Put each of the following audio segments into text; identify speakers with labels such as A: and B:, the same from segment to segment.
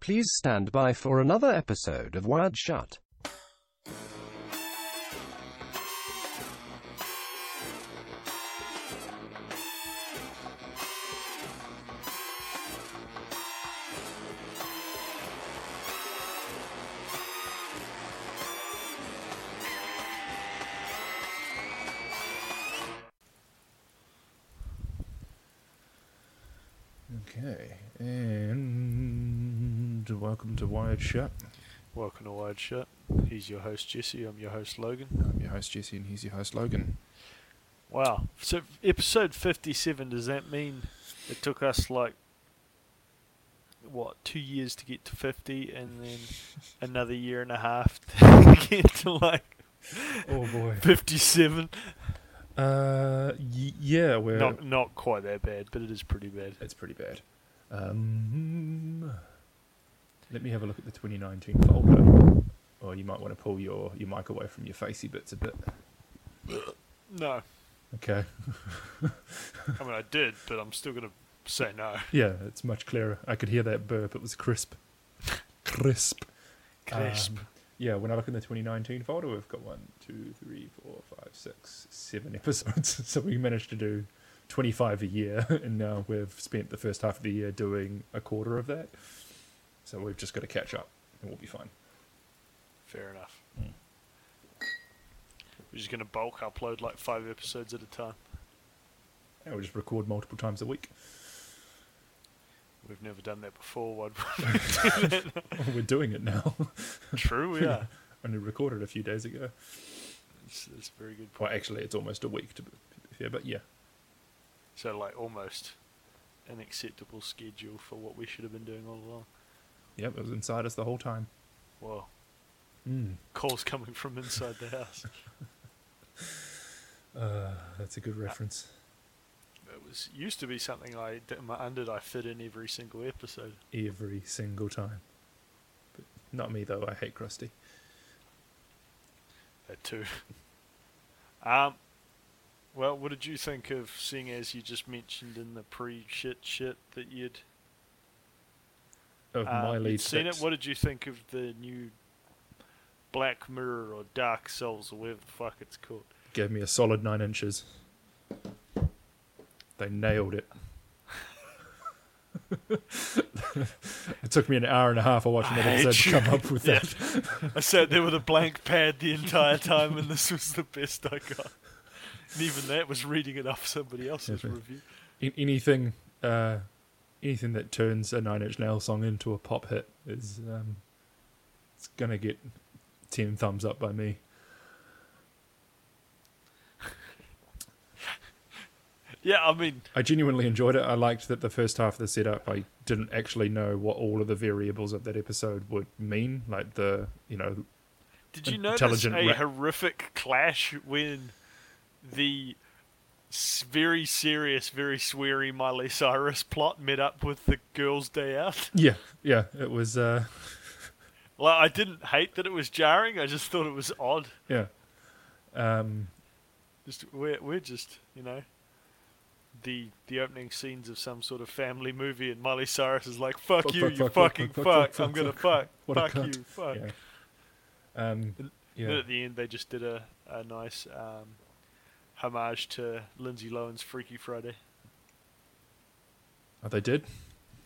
A: Please stand by for another episode of Wired Shut.
B: Okay, and welcome to Wired Shut.
C: Welcome to Wide Shut. He's your host Jesse. I'm your host Logan.
B: I'm your host Jesse, and he's your host Logan.
C: Wow. So episode 57. Does that mean it took us like what two years to get to 50, and then another year and a half to get to like
B: Oh boy.
C: 57?
B: Uh, y- yeah, we're
C: Not not quite that bad, but it is pretty bad.
B: it's pretty bad. Um, let me have a look at the 2019 folder. Or you might want to pull your your mic away from your facey bits a bit.
C: No,
B: Okay.
C: I mean I did, but I'm still gonna say no.
B: Yeah, it's much clearer. I could hear that burp. It was crisp. Crisp.
C: Crisp.
B: Um, yeah, when I look in the 2019 folder, we've got one, two, three, four, five, six, seven episodes. so we managed to do 25 a year, and now we've spent the first half of the year doing a quarter of that. So we've just got to catch up, and we'll be fine.
C: Fair enough.
B: Mm.
C: We're just gonna bulk upload like five episodes at a time.
B: And we'll just record multiple times a week.
C: We've never done that before. Why
B: We're doing it now.
C: True, we are.
B: Only recorded a few days ago.
C: It's, it's a very good point.
B: Well, actually, it's almost a week to be fair, but yeah.
C: So, like, almost an acceptable schedule for what we should have been doing all along.
B: Yep, it was inside us the whole time.
C: Well,
B: Mm.
C: calls coming from inside the house.
B: Uh, that's a good reference.
C: It was used to be something I d- my under I fit in every single episode.
B: Every single time. But not me though. I hate Krusty.
C: That too. Um, well, what did you think of seeing as you just mentioned in the pre-shit shit that you'd,
B: Of
C: um,
B: my
C: you'd
B: lead
C: seen
B: six.
C: it? What did you think of the new Black Mirror or Dark Souls or whatever the fuck it's called?
B: Gave me a solid nine inches. They nailed it. it took me an hour and a half. I watched
C: I
B: another
C: hate
B: episode to
C: you.
B: come up with
C: Yeah.
B: that.
C: I sat there with a blank pad the entire time, and this was the best I got. And even that was reading it off somebody else's
B: Yeah.
C: review.
B: An- anything, uh, anything that turns a Nine Inch Nail song into a pop hit is um, it's gonna get ten thumbs up by me.
C: Yeah, I mean,
B: I genuinely enjoyed it. I liked that the first half of the setup, I didn't actually know what all of the variables of that episode would mean. Like the, you know,
C: did you
B: An
C: notice a
B: intelligent ra-
C: horrific clash when the s- very serious, very sweary Miley Cyrus plot met up with the Girls' Day Out?
B: yeah, yeah, it was, uh,
C: Like, I didn't hate that it was jarring. I just thought it was odd.
B: yeah. Um,
C: Just we're we're just you know the the opening scenes of some sort of family movie, and Miley Cyrus is like, "Fuck,
B: Fuck,
C: you,
B: fuck,
C: you
B: fuck, fuck,
C: fucking fuck,
B: fuck, fuck, fuck,
C: I'm gonna
B: fuck.
C: fuck,
B: What a
C: fuck
B: cunt."
C: you, fuck."
B: yeah. Um,
C: And then
B: yeah.
C: at the end, they just did a a nice um, homage to Lindsay Lohan's Freaky Friday.
B: Oh, they did?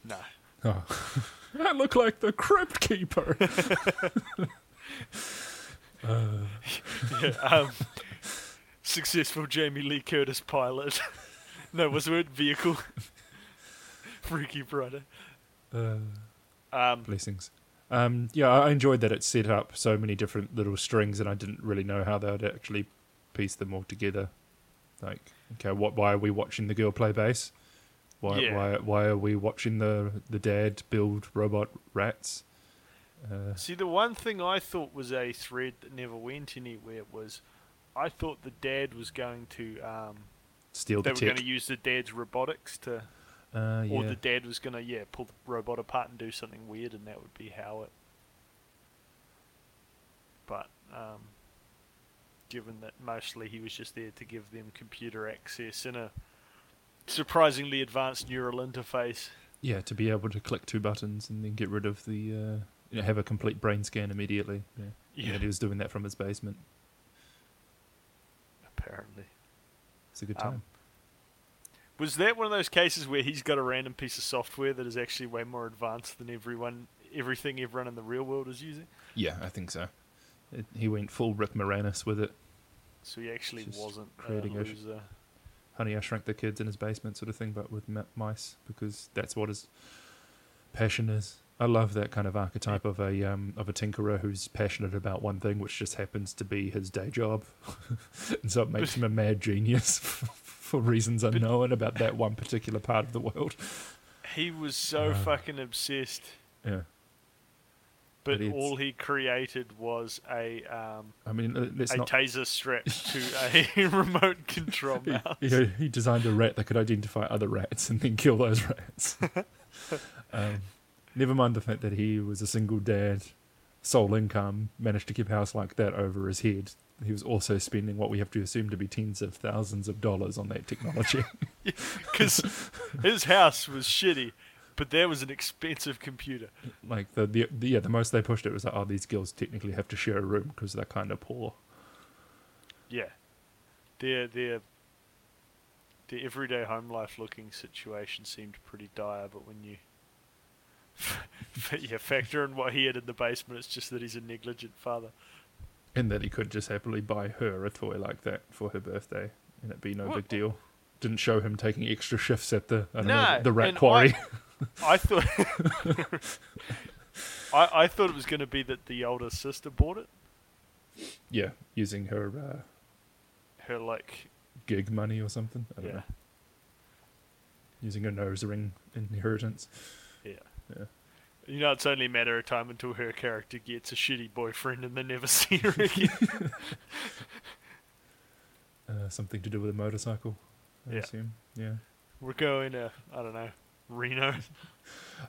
C: No,
B: Oh. I look like the Crypt Keeper. uh,
C: yeah, um, successful Jamie Lee Curtis pilot. no, was the word vehicle? Freaky Friday.
B: uh,
C: Um,
B: blessings. Um, yeah, I I enjoyed that it set up so many different little strings, and I didn't really know how they would actually piece them all together. Like, okay, what? Why are we watching the girl play bass? Why?
C: Yeah.
B: Why? Why are we watching the the dad build robot rats? Uh,
C: See, the one thing I thought was a thread that never went anywhere was I thought the dad was going to. Um,
B: steal
C: they
B: the
C: were going
B: tech.
C: to use the dad's robotics to.
B: uh,
C: Or
B: yeah.
C: the dad was going to, yeah, pull the robot apart and do something weird, and that would be how it. But, um, given that mostly he was just there to give them computer access and a surprisingly advanced neural interface,
B: Yeah, to be able to click two buttons and then get rid of the, uh, you know, have a complete brain scan immediately. Yeah.
C: Yeah,
B: And he was doing that from his basement.
C: apparently.
B: It's a good
C: Um,
B: time.
C: Was that one of those cases where he's got a random piece of software that is actually way more advanced than everyone, everything everyone in the real world is using?
B: yeah, I think so. It, he went full Rick Moranis with it.
C: So he actually
B: Just
C: wasn't
B: creating
C: a
B: a-
C: loser.
B: Honey, I Shrunk the Kids in his basement sort of thing, but with m- mice because that's what his passion is. I love that kind of archetype of a um, of a tinkerer who's passionate about one thing, which just happens to be his day job, and so it makes him a mad genius for reasons unknown about that one particular part of the world.
C: He was so
B: Uh,
C: fucking obsessed,
B: Yeah,
C: but
B: but it's-
C: all he created was a um,
B: I mean, uh, let's
C: a
B: not.
C: taser strap to a remote control
B: He,
C: mouse.
B: he, he designed a rat that could identify other rats and then kill those rats. um, never mind the fact that he was a single dad, sole income, managed to keep house like that over his head. He was also spending what we have to assume to be tens of thousands of dollars on that technology.
C: because his house was shitty, but there was an expensive computer.
B: like the, the, the yeah, the most they pushed it was like, oh, these girls technically have to share a room because they're kind of poor.
C: Yeah, their their their everyday home life looking situation seemed pretty dire, but when you yeah factor in what he had in the basement, it's just that he's a negligent father.
B: and that he could just happily buy her a toy like that for her birthday, and it'd be no
C: What-
B: big deal. Didn't show him taking extra shifts at the I don't know,
C: No,
B: the- the rat
C: and
B: quarry.
C: I thought I I thought it was going to be that the older sister bought it,
B: yeah, using her uh,
C: her like
B: gig money or something. I don't
C: yeah
B: know. Using her nose ring inheritance.
C: yeah.
B: Yeah.
C: You know, it's only a matter of time until her character gets a shitty boyfriend and they never see her again.
B: Uh, something to do with a motorcycle, I
C: Yeah.
B: assume. Yeah.
C: We're going to, I don't know, Reno.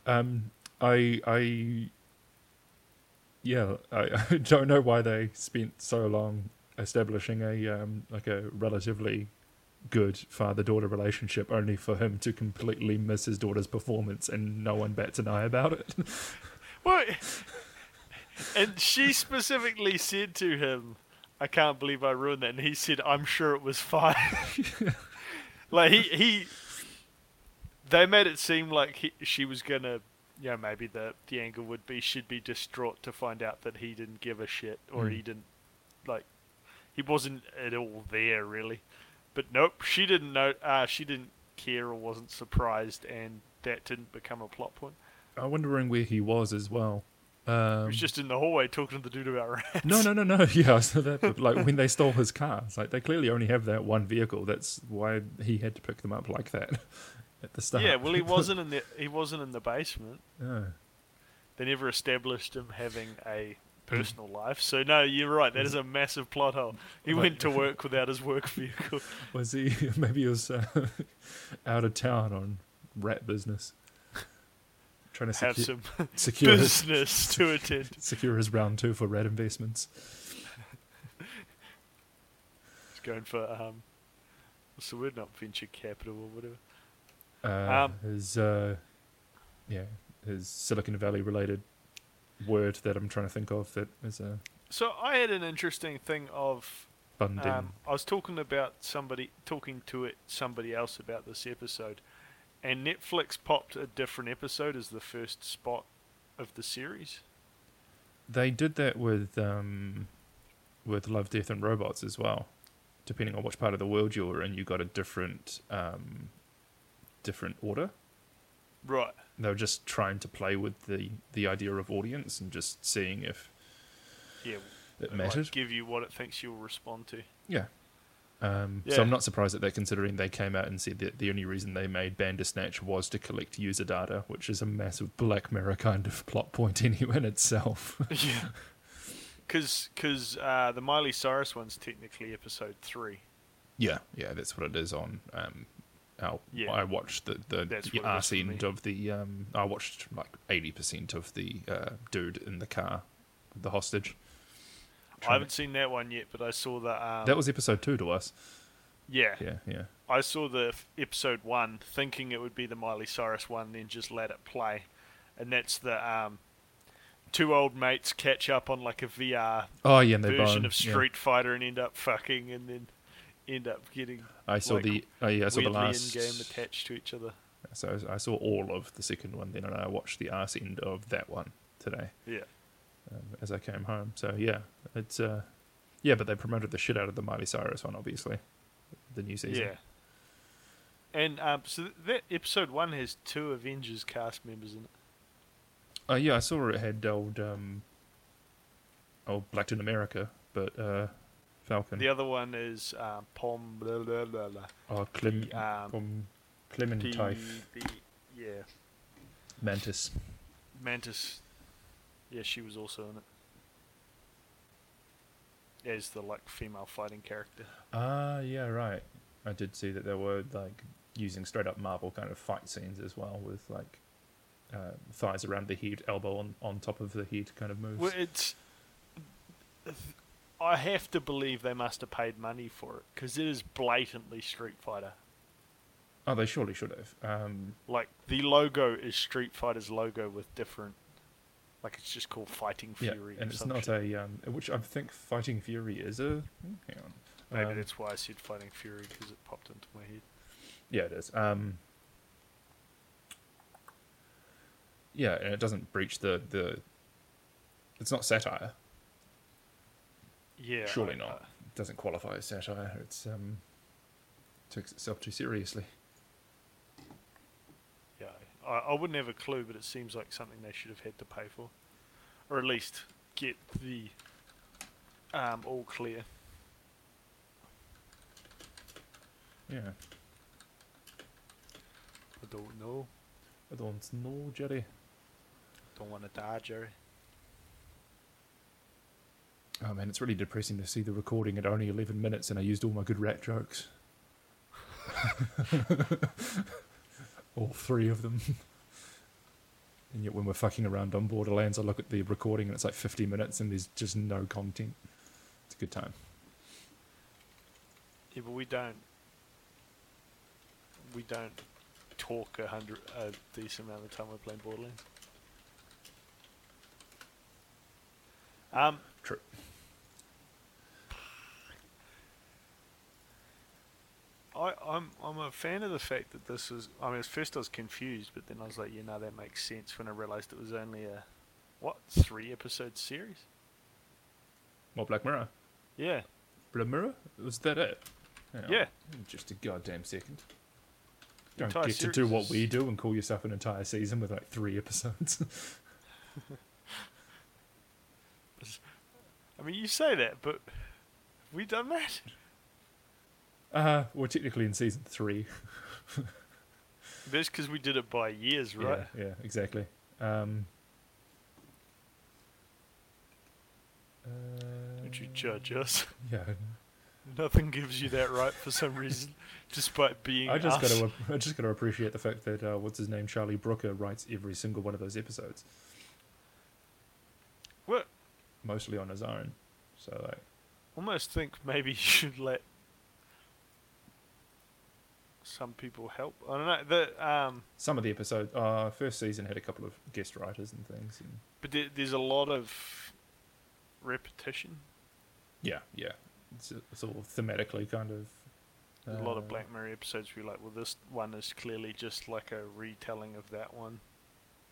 B: Um, I, I, yeah, I, I don't know why they spent so long establishing a um, like a relatively good father-daughter relationship, only for him to completely miss his daughter's performance, and no one bats an eye about it.
C: What? And she specifically said to him, I can't believe I ruined that. And he said, I'm sure it was fine. like, he, he. They made it seem like he, she was going to. You know, maybe the, the angle would be she'd be distraught to find out that he didn't give a shit or
B: Mm.
C: he didn't. Like, he wasn't at all there, really. But nope, she didn't know. Uh, she didn't care or wasn't surprised, and that didn't become a plot point.
B: I'm wondering where he was as well. Um,
C: He was just in the hallway talking to the dude about rats.
B: no, no, no, no. Yeah, so that but, like when they stole his car, it's like they clearly only have that one vehicle. That's why he had to pick them up like that at the start.
C: Yeah, well, he wasn't in the he wasn't in the basement.
B: Yeah.
C: They never established him having a personal life. So no, you're right. That is a massive plot hole. He
B: But-
C: went to work without his work vehicle.
B: Was he? Maybe he was uh, out of town on rat business, trying to
C: Have
B: secu-
C: some
B: secure his,
C: business to attend.
B: secure his round two for rat investments.
C: He's going for um, what's the word? Not venture capital or whatever.
B: Uh,
C: Um,
B: his uh, yeah, his Silicon Valley related word that I'm trying to think of that is a
C: So I had an interesting thing of
B: funding.
C: Um, I was talking about somebody talking to it somebody else about this episode, and Netflix popped a different episode as the first spot of the series.
B: they did that with um, with Love, Death, and Robots as well. Depending on which part of the world you were in, you got a different um, different order.
C: Right.
B: they were just trying to play with the the idea of audience and just seeing if
C: Yeah.
B: it
C: like,
B: mattered.
C: give you what it thinks you'll respond to.
B: yeah. Um,
C: Yeah.
B: So I'm not surprised at that, considering they came out and said that the only reason they made Bandersnatch was to collect user data, which is a massive Black Mirror kind of plot point in, in itself.
C: yeah. Because cause, uh, the Miley Cyrus one's technically episode three.
B: yeah, yeah, that's what it is on. Um, our,
C: Yeah.
B: I watched the the,
C: That's
B: the
C: what it was
B: arse
C: for
B: end
C: me.
B: of the. Um, I watched like eighty percent of the uh, dude in the car, the hostage.
C: I haven't seen that one yet, but I saw that. Um,
B: That was episode two to us.
C: Yeah.
B: Yeah, yeah.
C: I saw the f- episode one thinking it would be the Miley Cyrus one, then just let it play. And that's the um, two old mates catch up on like a VR
B: Oh yeah, and they
C: version
B: bone.
C: of
B: yeah.
C: Street Fighter and end up fucking and then end up getting
B: I saw
C: like,
B: the oh, yeah, I saw the
C: weirdly
B: last
C: in game attached to each other.
B: So I saw all of the second one then, and I watched the arse end of that one today
C: Yeah.
B: um, as I came home. So yeah, it's uh, yeah, but they promoted the shit out of the Miley Cyrus one, obviously, the new season.
C: Yeah. And um, so th- that episode one has two Avengers cast members in it.
B: Oh yeah, I saw it had old um, old Black in America, but uh, Falcon.
C: The other one is um, Pom blah blah blah blah.
B: oh, Clem,
C: The, um,
B: um, Clementine
C: the, the yeah
B: Mantis.
C: Mantis. Yeah, she was also in it. As the like female fighting character.
B: Ah, yeah, right. I did see that there were like using straight up Marvel kind of fight scenes as well, with like uh, thighs around the head, elbow on, on top of the head kind of moves.
C: Well, it's. I have to believe they must have paid money for it because it is blatantly Street Fighter.
B: oh, they surely should have. Um,
C: Like the logo is Street Fighter's logo with different. Like it's just called Fighting
B: yeah,
C: Fury.
B: and
C: or
B: it's
C: some
B: not
C: shit.
B: a um, which I think Fighting Fury is a. hmm, Hang on.
C: Maybe
B: Um,
C: that's why I said Fighting Fury because it popped into my head.
B: Yeah, it is. Um, yeah, and it doesn't breach the the. It's not satire.
C: Yeah.
B: Surely
C: I-
B: not.
C: uh,
B: It doesn't qualify as satire. It's um, takes itself too seriously.
C: Yeah, I, I wouldn't have a clue, but it seems like something they should have had to pay for, or at least get the um, all clear.
B: Yeah,
C: I don't know.
B: I don't know, Jerry.
C: Don't want to die, Jerry.
B: Oh man, it's really depressing to see the recording at only eleven minutes, and I used all my good rat jokes. all three of them. And yet, when we're fucking around on Borderlands, I look at the recording and it's like 50 minutes and there's just no content. It's a good time.
C: Yeah, but we don't. We don't talk a hundred a decent amount of time we're playing Borderlands. Um,
B: True.
C: I, I'm I'm a fan of the fact that this was. I mean, at first I was confused, but then I was like, you know, that makes sense when I realised it was only a what three episode series.
B: Well, Black Mirror.
C: Yeah,
B: Black Mirror? Was that it? Hang on.
C: yeah.
B: Just a goddamn second.
C: The
B: Don't
C: entire
B: get to
C: series
B: do what
C: is-
B: we do and call yourself an entire season with like three episodes.
C: I mean, you say that, but have we done that?
B: uh, well, technically in season three.
C: That's because we did it by years, right?
B: Yeah, yeah exactly. Um,
C: Don't you
B: uh,
C: judge us?
B: Yeah,
C: Nothing gives you that right for some reason, despite being
B: I just
C: us.
B: got to I just got to appreciate the fact that uh, what's his name Charlie Brooker writes every single one of those episodes,
C: Well,
B: mostly on his own. So like,
C: almost think maybe you should let some people help. I don't know. The, um,
B: some of the episodes, uh, first season had a couple of guest writers and things. And
C: but there, there's a lot of repetition.
B: yeah, yeah, it's, uh, it's all thematically kind of.
C: a lot of
B: uh,
C: Black Mirror episodes where you're like, well, this one is clearly just like a retelling of that one.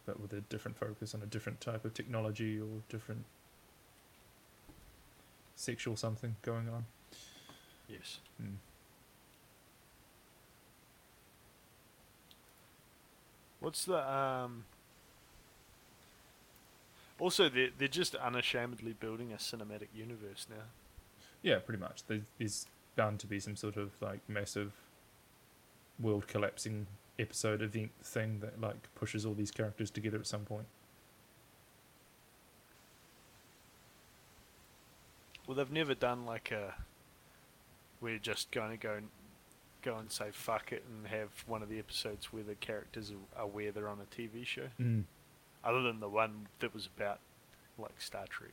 B: but with a different focus on a different type of technology or different sexual something going on.
C: Yes.
B: Mm.
C: What's the um? Also, they're they're just unashamedly building a cinematic universe now.
B: Yeah, pretty much. There- There's bound to be some sort of like massive world collapsing episode event thing that like pushes all these characters together at some point.
C: Well, they've never done like a. We're just going to go, and go and say fuck it and have one of the episodes where the characters are aware they're on a TV show,
B: Mm.
C: other than the one that was about like Star Trek.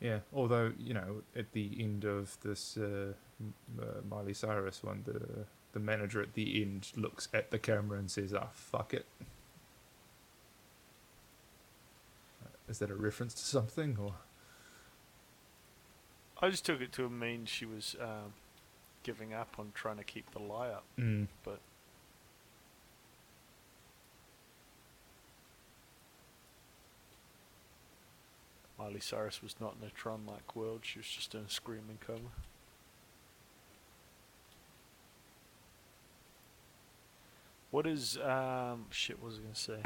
B: Yeah, although you know, at the end of this uh, M- uh, Miley Cyrus one, the the manager at the end looks at the camera and says, "Ah, fuck it." Is that a reference to something, or
C: I just took it to mean she was um, giving up on trying to keep the lie up. But- Miley Cyrus was not in a Tron-like world. She was just in a screaming coma. What is um shit? What was I gonna say?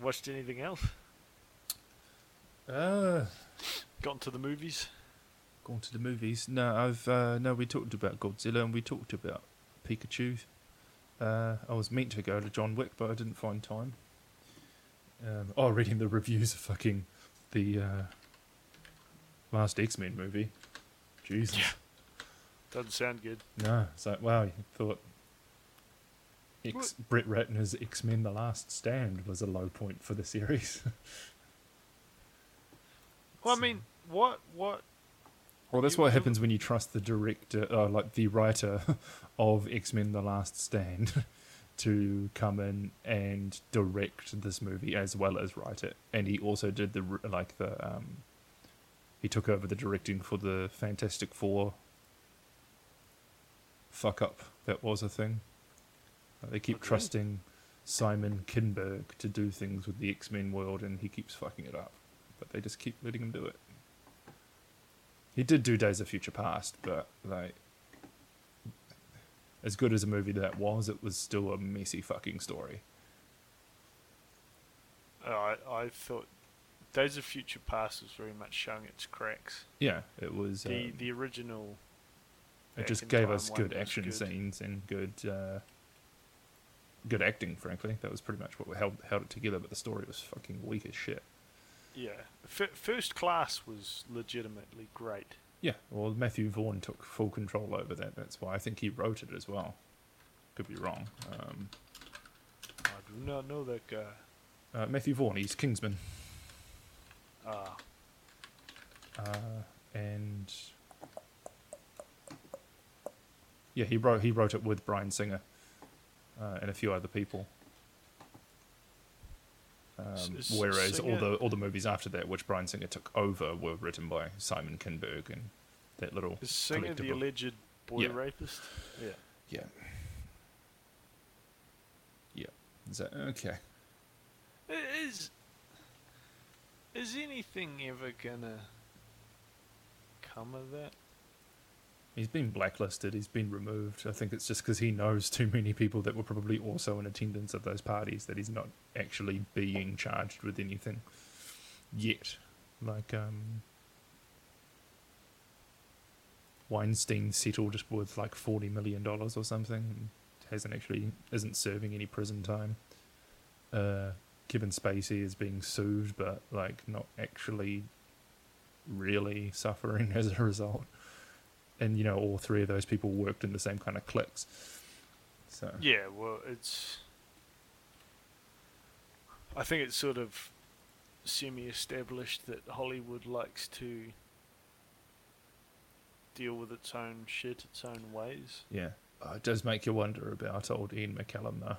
C: Watched anything else?
B: Uh,
C: Gotten to the movies?
B: gone to the movies? No, I've uh, no. We talked about Godzilla and we talked about Pikachu. Uh, I was meant to go to John Wick, but I didn't find time. Um, oh, reading the reviews of fucking the uh, last X Men movie. Jesus.
C: Doesn't sound good.
B: No, it's like wow, you thought X, Brett Ratner's X Men: The Last Stand was a low point for the series.
C: Well, I
B: So-
C: mean, what what
B: Well, that's
C: You-
B: what
C: you-
B: happens when you trust the director, uh, like the writer of X Men: The Last Stand, to come in and direct this movie as well as write it. And he also did the r- like the um, he took over the directing for the Fantastic Four fuck up that was a thing. Like, they keep
C: Okay.
B: trusting Simon Kinberg to do things with the X Men world, and he keeps fucking it up. But they just keep letting him do it. He did do Days of Future Past, but like as good as a movie that was, it was still a messy fucking story.
C: I I thought Days of Future Past was very much showing its cracks.
B: Yeah, it was.
C: the
B: um,
C: the original
B: it
C: back
B: just
C: in
B: gave
C: time
B: us
C: one
B: good
C: was
B: action
C: good.
B: scenes and good, uh, good acting. Frankly, that was pretty much what held held it together. But the story was fucking weak as shit.
C: Yeah, F- First Class was legitimately great.
B: Yeah, well, Matthew Vaughn took full control over that. That's why I think he wrote it as well. Could be wrong. Um,
C: Oh, I do not know that guy.
B: uh, Matthew Vaughn, he's Kingsman,
C: Ah,
B: uh, and yeah, he wrote he wrote it with Brian Singer uh, and a few other people. Um,
C: S- s-
B: whereas all
C: Singer-
B: the all the movies after that, which Brian Singer took over, were written by Simon Kinberg and that little
C: is Singer the
B: collectible.
C: alleged boy
B: Yeah.
C: rapist? Yeah.
B: Yeah. Yeah. Is that okay?
C: I- Is is anything ever gonna come of that?
B: He's been blacklisted. He's been removed. I think it's just because he knows too many people that were probably also in attendance at those parties that he's not actually being charged with anything yet. Like, um, Weinstein settled with like forty million dollars or something. and Hasn't actually isn't serving any prison time. Uh, Kevin Spacey is being sued, but like not actually really suffering as a result and you know all three of those people worked in the same kind of cliques. So
C: Yeah, well, it's. I think it's sort of semi-established that Hollywood likes to deal with its own shit its own ways.
B: yeah, Uh, it does make you wonder about old Ian McCallum though.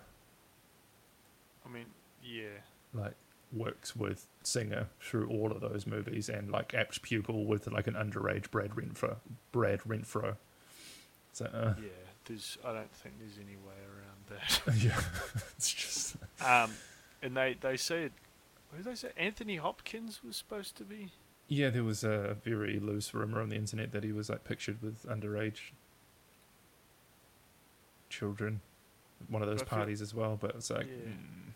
C: I mean, yeah.
B: Like works with Singer through all of those movies, and like apt pupil with like an underage Brad Renfro. Brad Renfro. So uh,
C: Yeah, there's. I don't think there's any way around
B: yeah, it's just
C: that. um, and they they said, who did they say? Anthony Hopkins was supposed to be.
B: yeah. There was a very loose rumor on the internet that he was like pictured with underage children, at one of those
C: I feel-
B: parties as well. But it's like.
C: Yeah.
B: mm.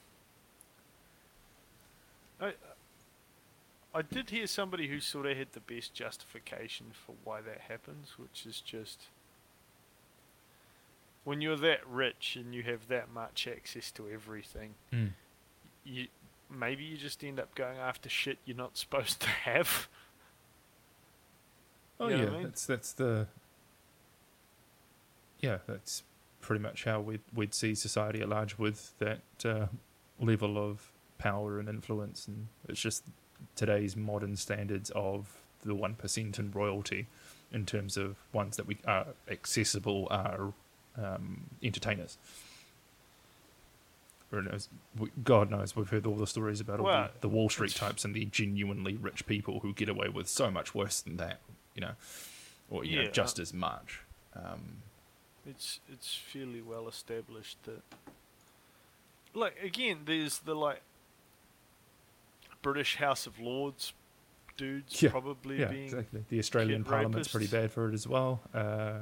C: I did hear somebody who sort of had the best justification for why that happens, which is just when you're that rich and you have that much access to everything,
B: Mm.
C: you maybe you just end up going after shit you're not supposed to have.
B: Oh
C: You know
B: yeah,
C: what I mean?
B: that's that's the yeah, that's pretty much how we'd we'd see society at large with that uh, level of power and influence, and it's just today's modern standards of the one percent in royalty, in terms of ones that we are accessible are um, entertainers. Who knows- we- God knows we've heard all the stories about all
C: Well,
B: the, the Wall Street types and the genuinely rich people who get away with so much worse than that, you know, or you
C: Yeah. uh,
B: know just as much. Um,
C: It's it's fairly well established that like again there's the like British House of Lords dudes
B: Yeah,
C: probably
B: yeah,
C: being
B: exactly. The Australian
C: kid
B: Parliament's
C: rapists.
B: pretty bad for it as well, uh,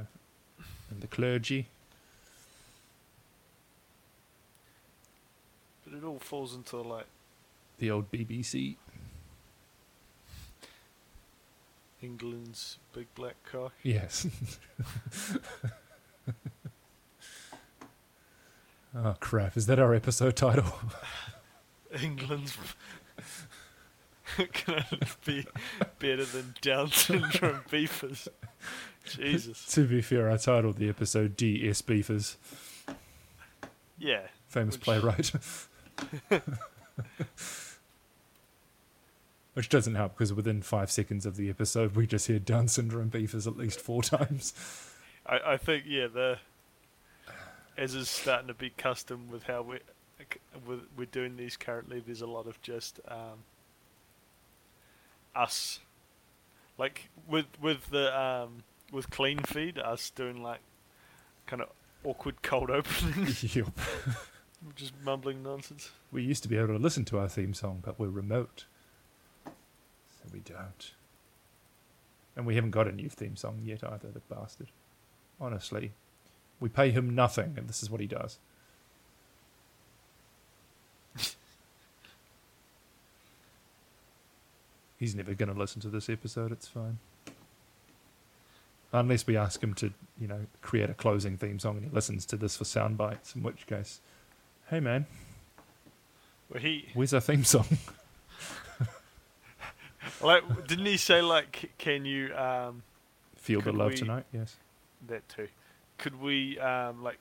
B: and the clergy.
C: but it all falls into like
B: the old BBC.
C: England's big black cock.
B: Yes. oh crap! Is that our episode title?
C: England's can only be better than Down syndrome beefers. Jesus.
B: to be fair, I titled the episode "D.S. Beefers,"
C: Yeah.
B: famous
C: Which-
B: playwright. Which doesn't help because within five seconds of the episode, we just heard Down syndrome beefers at least four times.
C: I, I think yeah the as is starting to be custom with how we with we're doing these currently. There's a lot of just um, us, like with with the um, with clean feed us doing like kind of awkward cold openings,
B: Yep.
C: just mumbling nonsense.
B: We used to be able to listen to our theme song, but we're remote. So we don't. And we haven't got a new theme song yet either, the bastard. Honestly. We pay him nothing, and this is what he does. He's never going to listen to this episode, it's fine. Unless we ask him to, you know, create a closing theme song and he listens to this for sound bites, in which case, hey man,
C: Well, he
B: Where's our theme song?
C: like didn't he say like can you um,
B: Feel the
C: Could
B: love
C: we-
B: tonight. Yes.
C: that too? Could we um, like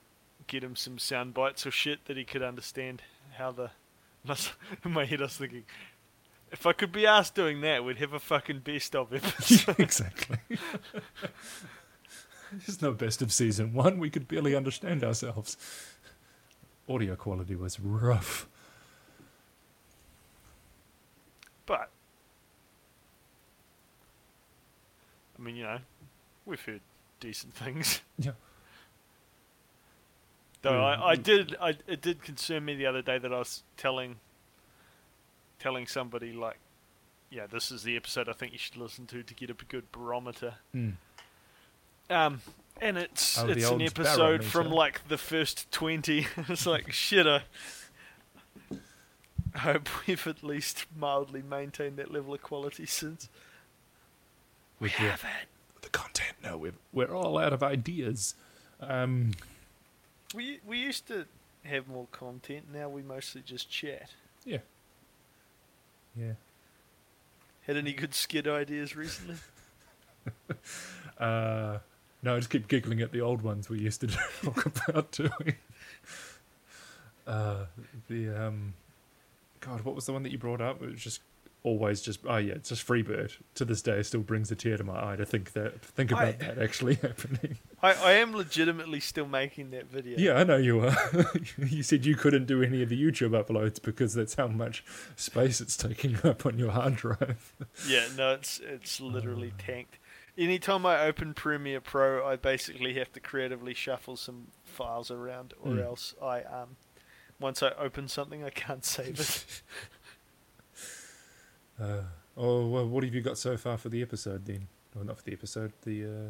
C: get him some sound bites or shit that he could understand how the? and I was- In my head, I was thinking, if I could be asked doing that, we'd have a fucking best of episode.
B: exactly. There's no best of season one. We could barely understand ourselves. Audio quality was rough.
C: but I mean, you know, we've heard decent things.
B: Yeah.
C: Though
B: Mm.
C: I, I did, I it did concern me the other day that I was telling, telling somebody like, yeah, this is the episode I think you should listen to to get a good barometer. Um, and it's
B: Oh, the
C: it's an
B: old
C: episode from
B: barometer.
C: like the first twenty. it's like shit. I I hope we've at least mildly maintained that level of quality since
B: We have it. The content. No, we're we're all out of ideas. Um,
C: we we used to have more content. Now we mostly just chat.
B: yeah. Yeah.
C: Had any good skid ideas recently?
B: Uh, no, I just keep giggling at the old ones we used to talk about doing. Uh, the um, God, what was the one that you brought up? It was just always just oh yeah, it's just Freebird. To this day, it still brings a tear to my eye to think that think about
C: I-
B: that actually happening.
C: I, I am legitimately still making that video.
B: Yeah, I know you are. you said you couldn't do any of the YouTube uploads because that's how much space it's taking up on your hard drive.
C: Yeah, no, it's it's
B: Um.
C: literally tanked. Anytime I open Premiere Pro, I basically have to creatively shuffle some files around, or
B: Mm.
C: else I um, once I open something, I can't save it.
B: Uh, oh, well, what have you got so far for the episode then? Well, not for the episode. The uh,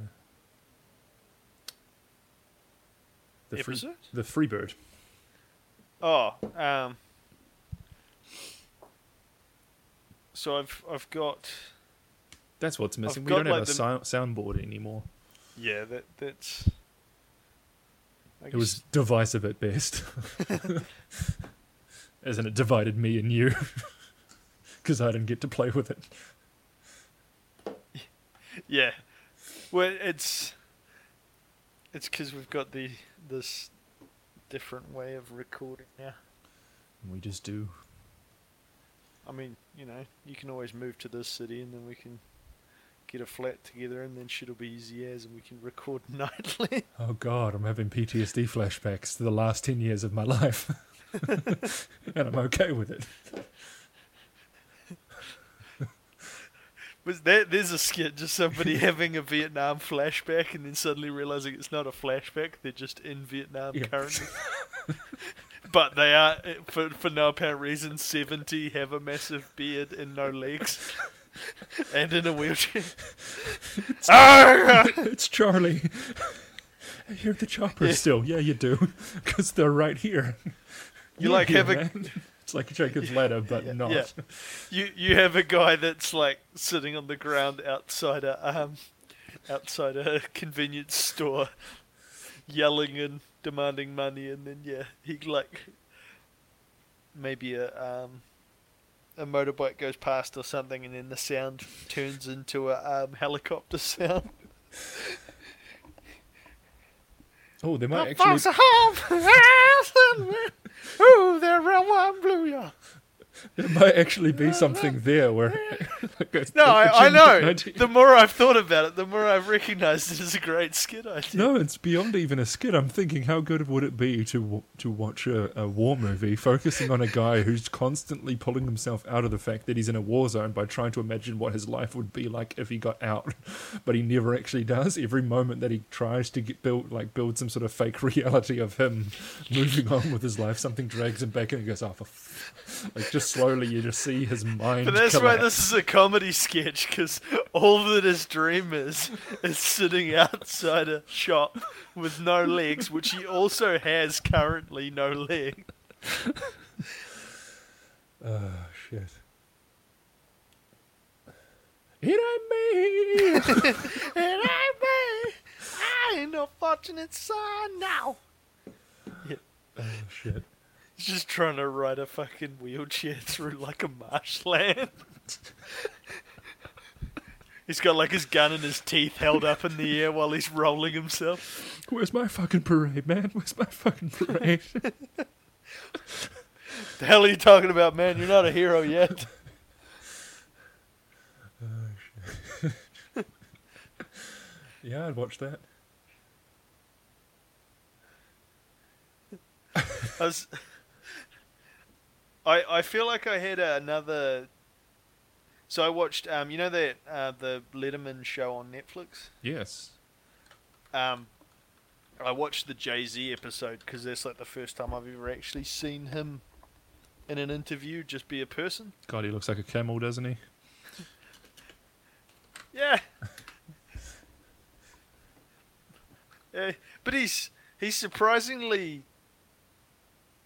B: free-
C: Episode?
B: the Freebird.
C: Oh, um, so I've I've got
B: That's what's missing. We
C: got,
B: don't have
C: like,
B: a
C: the-
B: sound soundboard anymore.
C: yeah that that's. I
B: It was divisive at best. As in, it divided me and you because I didn't get to play with it.
C: Yeah. Well, it's it's because we've got the this different way of recording now.
B: We just do.
C: I mean, you know, you can always move to this city and then we can get a flat together and then shit'll be easy as and we can record nightly.
B: Oh god, I'm having PTSD flashbacks to the last 10 years of my life. and I'm okay with it.
C: Was there, there's a skit just somebody having a Vietnam flashback and then suddenly realizing it's not a flashback, they're just in Vietnam
B: Yeah.
C: currently. but they are, eh, for, for no apparent reason, 70, have a massive beard and no legs, and in a wheelchair. Oh! Arrgh!
B: it's Charlie. I hear the chopper
C: Yeah.
B: still. Yeah, you do. Because they're right here.
C: You
B: You're
C: like
B: here,
C: having-
B: man. It's like Jacob's ladder, but not.
C: yeah. You you have a guy that's like sitting on the ground outside a um outside a convenience store, yelling and demanding money, and then yeah, he like maybe a um a motorbike goes past or something, and then the sound turns into a um, helicopter sound.
B: Oh, they might
C: Folks
B: actually.
C: at home, ooh, they're red, white, and blue, yeah.
B: There might actually be something there where. like a-
C: No,
B: a
C: I, I
B: gym
C: know.
B: night.
C: The more I've thought about it, the more I've recognised it as a great skit idea.
B: No, it's beyond even a skit. I'm thinking, how good would it be to w- to watch a, a war movie focusing on a guy who's constantly pulling himself out of the fact that he's in a war zone by trying to imagine what his life would be like if he got out, but he never actually does. Every moment that he tries to get build like build some sort of fake reality of him moving on with his life, something drags him back and he goes, "Oh, for f-" like just slowly you just see his mind."
C: But that's why
B: collapse.
C: this is a comedy sketch, because all that his dream is is sitting outside a shop with no legs, which he also has currently no leg.
B: Oh shit. It ain't me.
C: And I may, I ain't no fortunate son now.
B: Oh, shit.
C: He's just trying to ride a fucking wheelchair through like a marshland. he's got like his gun and his teeth held up in the air while he's rolling himself.
B: Where's my fucking parade, man? Where's my fucking parade?
C: The hell are you talking about, man? You're not a hero yet.
B: yeah, I'd watch that.
C: I was, I I feel like I had another. So I watched, um, you know that uh, the Letterman show on Netflix.
B: Yes.
C: Um, I watched the Jay Z episode because that's like the first time I've ever actually seen him in an interview just be a person.
B: God, he looks like a camel, doesn't he?
C: Yeah. yeah, but he's he's surprisingly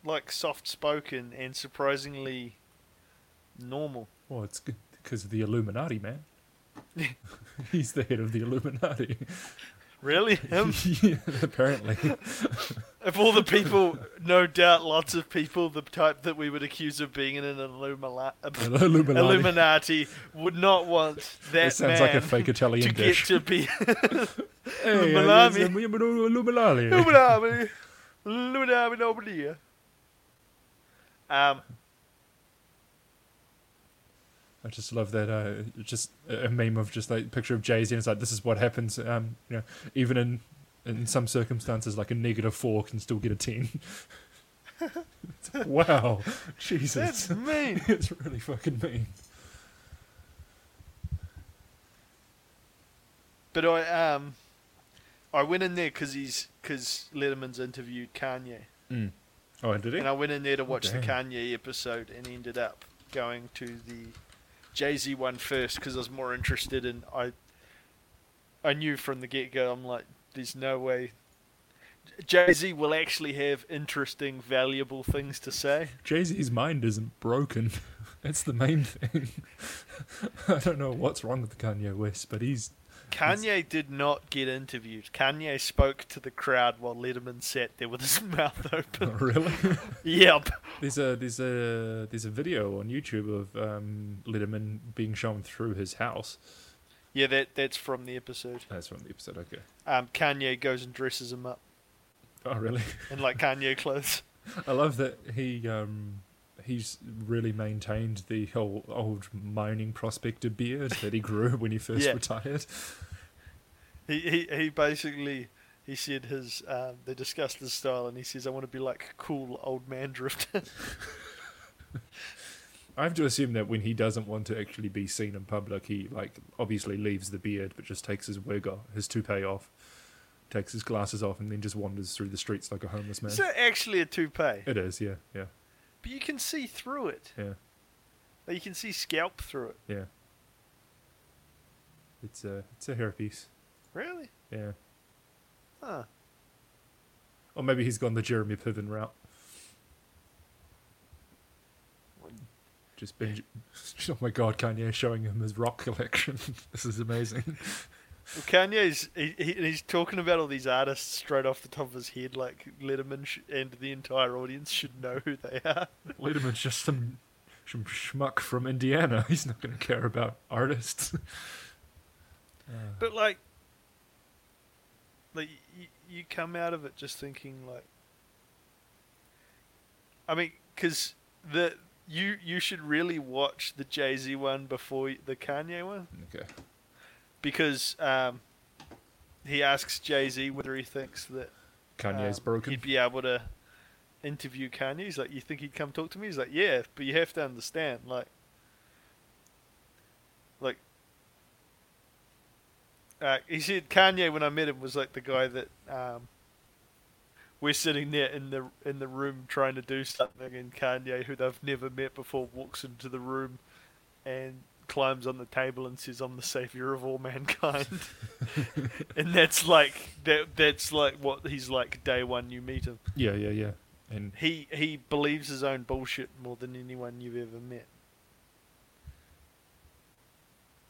C: like soft spoken and surprisingly normal.
B: Well, it's because of the Illuminati, man. He's the head of the Illuminati.
C: Really, him?
B: Yeah, apparently.
C: Of all the people, no doubt, lots of people, the type that we would accuse of being in an Illumila-
B: An Illuminati.
C: Illuminati would not want that
B: It sounds
C: man
B: like a fake Italian
C: to get
B: dish.
C: to be
B: Hey, uh,
C: Illuminati.
B: it's, um, Illuminati.
C: Illuminati, Illuminati, nobody. here. Um,
B: I just love that. Uh, just a meme of just like picture of Jay Z, and it's like this is what happens. Um, you know, even in in some circumstances, like a negative four can still get a ten. It's like, wow, Jesus,
C: that's mean.
B: it's really fucking mean.
C: But I um, I went in there because he's because Letterman's interviewed Kanye,
B: Oh, did
C: and I went in there to watch the
B: damn.
C: Kanye episode and ended up going to the Jay Z one first because I was more interested in I. I knew from the get go. I'm like, there's no way. Jay Z will actually have interesting, valuable things to say.
B: Jay Z's mind isn't broken. That's the main thing. I don't know what's wrong with Kanye West, but he's
C: Kanye did not get interviewed. Kanye spoke to the crowd while Letterman sat there with his mouth open.
B: not really.
C: yep.
B: There's a there's a there's a video on YouTube of um, Letterman being shown through his house.
C: Yeah, that that's from the episode.
B: That's from the episode. Okay.
C: Um, Kanye goes and dresses him up
B: Oh, really?
C: in like Kanye clothes.
B: I love that he um, he's really maintained the whole old mining prospector beard that he grew when he first
C: Yeah.
B: retired.
C: He he he basically he said his um, they discussed his style and he says I want to be like cool old man drifter.
B: I have to assume that when he doesn't want to actually be seen in public, he like obviously leaves the beard, but just takes his wig off, his toupee off, takes his glasses off, and then just wanders through the streets like a homeless man.
C: Is that actually a toupee?
B: it is, yeah, yeah,
C: But you can see through it.
B: yeah,
C: Like, You can see scalp through it.
B: yeah. It's a it's a hairpiece,
C: Really?
B: yeah.
C: Huh.
B: Or maybe he's gone the Jeremy Piven route. Just binge. Oh my god, Kanye showing him his rock collection. this is amazing.
C: Well, Kanye's he, he, and he's talking about all these artists straight off the top of his head, like Letterman sh- and the entire audience should know who they are.
B: Letterman's just some, some schmuck from Indiana. He's not going to care about artists. Uh,
C: But like, like you, you come out of it just thinking like, I mean, because the you you should really watch the Jay Z one before the Kanye one.
B: okay.
C: because um, he asks Jay Z whether he thinks that
B: Kanye's
C: um,
B: broken.
C: he'd be able to interview Kanye. He's like, "You think he'd come talk to me?" He's like, "Yeah, but you have to understand, like, like." Uh, he said Kanye when I met him was like the guy that um, we're sitting there in the in the room trying to do something, and Kanye, who they've never met before, walks into the room and climbs on the table and says, "I'm the savior of all mankind," and that's like that. That's like what he's like day one you meet him.
B: yeah, yeah, yeah. And
C: He he believes his own bullshit more than anyone you've ever met.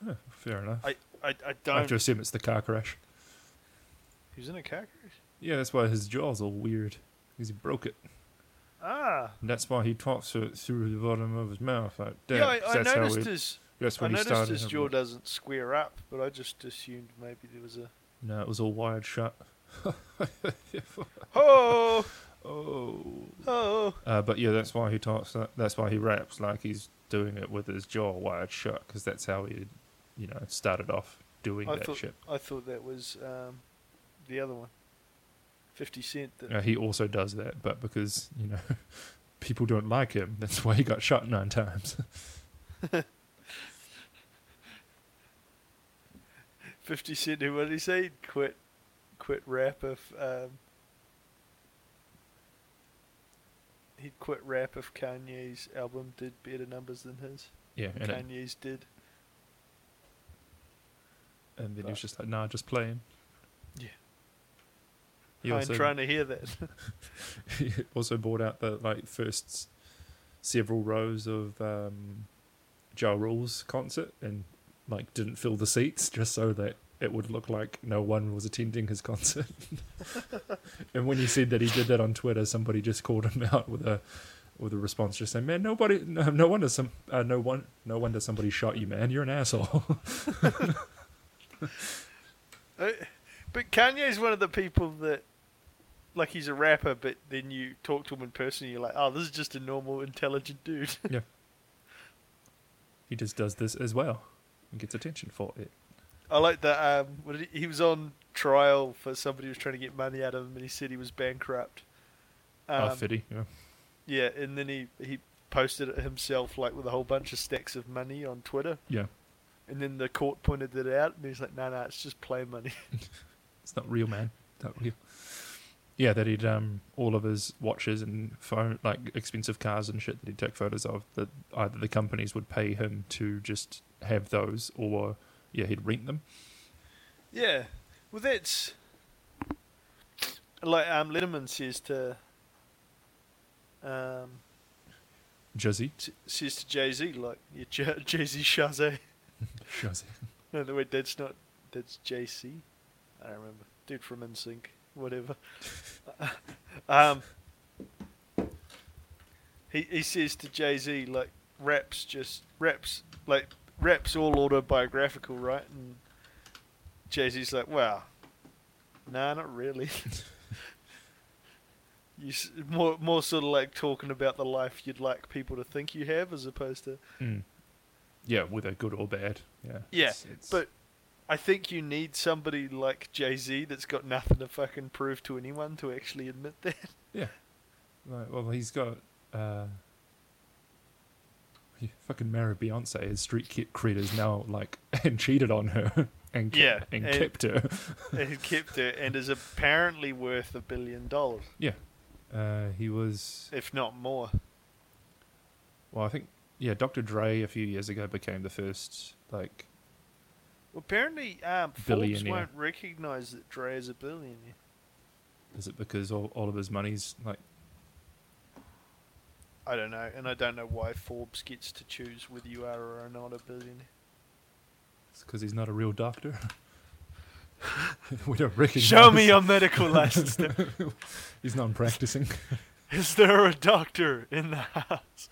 B: uh, fair enough.
C: I I, I
B: I have
C: don't.
B: to assume it's the car crash.
C: He's in a car crash.
B: Yeah, that's why his jaw's all weird. Because he broke it.
C: Ah,
B: And that's why he talks through it through the bottom of his mouth like that.
C: yeah. I, I
B: that's how
C: noticed
B: he-
C: his
B: that's
C: I
B: when he
C: noticed
B: started
C: his
B: having-
C: jaw doesn't square up, but I just assumed maybe there was a
B: No, it was all wired shut.
C: oh
B: Oh.
C: oh.
B: Uh, but yeah, that's why he talks. That, that's why he raps like he's doing it with his jaw wired shut, because that's how he, you know, started off doing
C: I
B: that
C: thought
B: shit.
C: I thought that was um, the other one. Fifty Cent. That,
B: Uh, he also does that, but because you know, people don't like him, that's why he got shot nine times.
C: Fifty Cent, who what did he say? He'd Quit, quit rap if um, he'd quit rap if Kanye's album did better numbers than his.
B: yeah, and, it,
C: Kanye's did.
B: and then he was just like, "Nah, just play him."
C: Yeah.
B: He
C: I'm
B: also,
C: trying to hear that.
B: he also bought out the like first s- several rows of um, Ja Rule's concert and like didn't fill the seats just so that it would look like no one was attending his concert. and when he said that he did that on Twitter, somebody just called him out with a with a response just saying, "Man, nobody, no, no wonder some, uh, no one, no wonder somebody shot you, man. You're an asshole."
C: Uh, but Kanye's one of the people that, like, he's a rapper, but then you talk to him in person, and you're like, oh, this is just a normal, intelligent dude.
B: he just does this as well and gets attention for it.
C: I like that. Um, what did he, he was on trial for somebody who was trying to get money out of him, and he said he was bankrupt.
B: Ah,
C: Um,
B: Fiddy, yeah.
C: Yeah, and then he he posted it himself like with a whole bunch of stacks of money on Twitter,
B: yeah,
C: and then the court pointed it out, and he's like, "No, no, it's just play money."
B: It's not real, man. Not real. Yeah, that he'd um all of his watches and phone like expensive cars and shit that he'd take photos of that either the companies would pay him to just have those or yeah, he'd rent them.
C: yeah, well, that's like um, Letterman says to um
B: Jizzy.
C: s- says to Jay Z like, "Yeah, J- Jay Z Shazay."
B: Jizzy.
C: No, the way that's not that's JC. I don't remember. Dude from NSYNC, whatever. um, he he says to Jay Z like raps just raps like raps all autobiographical, right? And Jay Z's like, wow, nah, not really. You s- more more sort of like talking about the life you'd like people to think you have, as opposed to
B: Mm. Yeah, whether good or bad. Yeah.
C: Yeah,
B: it's- it's-
C: but I think you need somebody like Jay Z that's got nothing to fucking prove to anyone to actually admit that.
B: Like, well, he's got. Uh, he fucking married Beyonce. His street ki- cred is now like and cheated on her and ke-
C: Yeah,
B: and,
C: and-
B: kept her.
C: and kept it, and is apparently worth a billion dollars,
B: Uh, he was
C: if not more.
B: well, I think yeah. Dr. Dre a few years ago became the first like
C: Well, apparently, um, Forbes
B: Billionaire.
C: won't recognize that Dre is a billionaire.
B: Is it because all, all of his money's like?
C: I don't know, and I don't know why Forbes gets to choose whether you are or are not a billionaire.
B: It's because he's not a real doctor. we don't recognize.
C: Show me your medical license. then.
B: He's not practicing.
C: Is there a doctor in the house?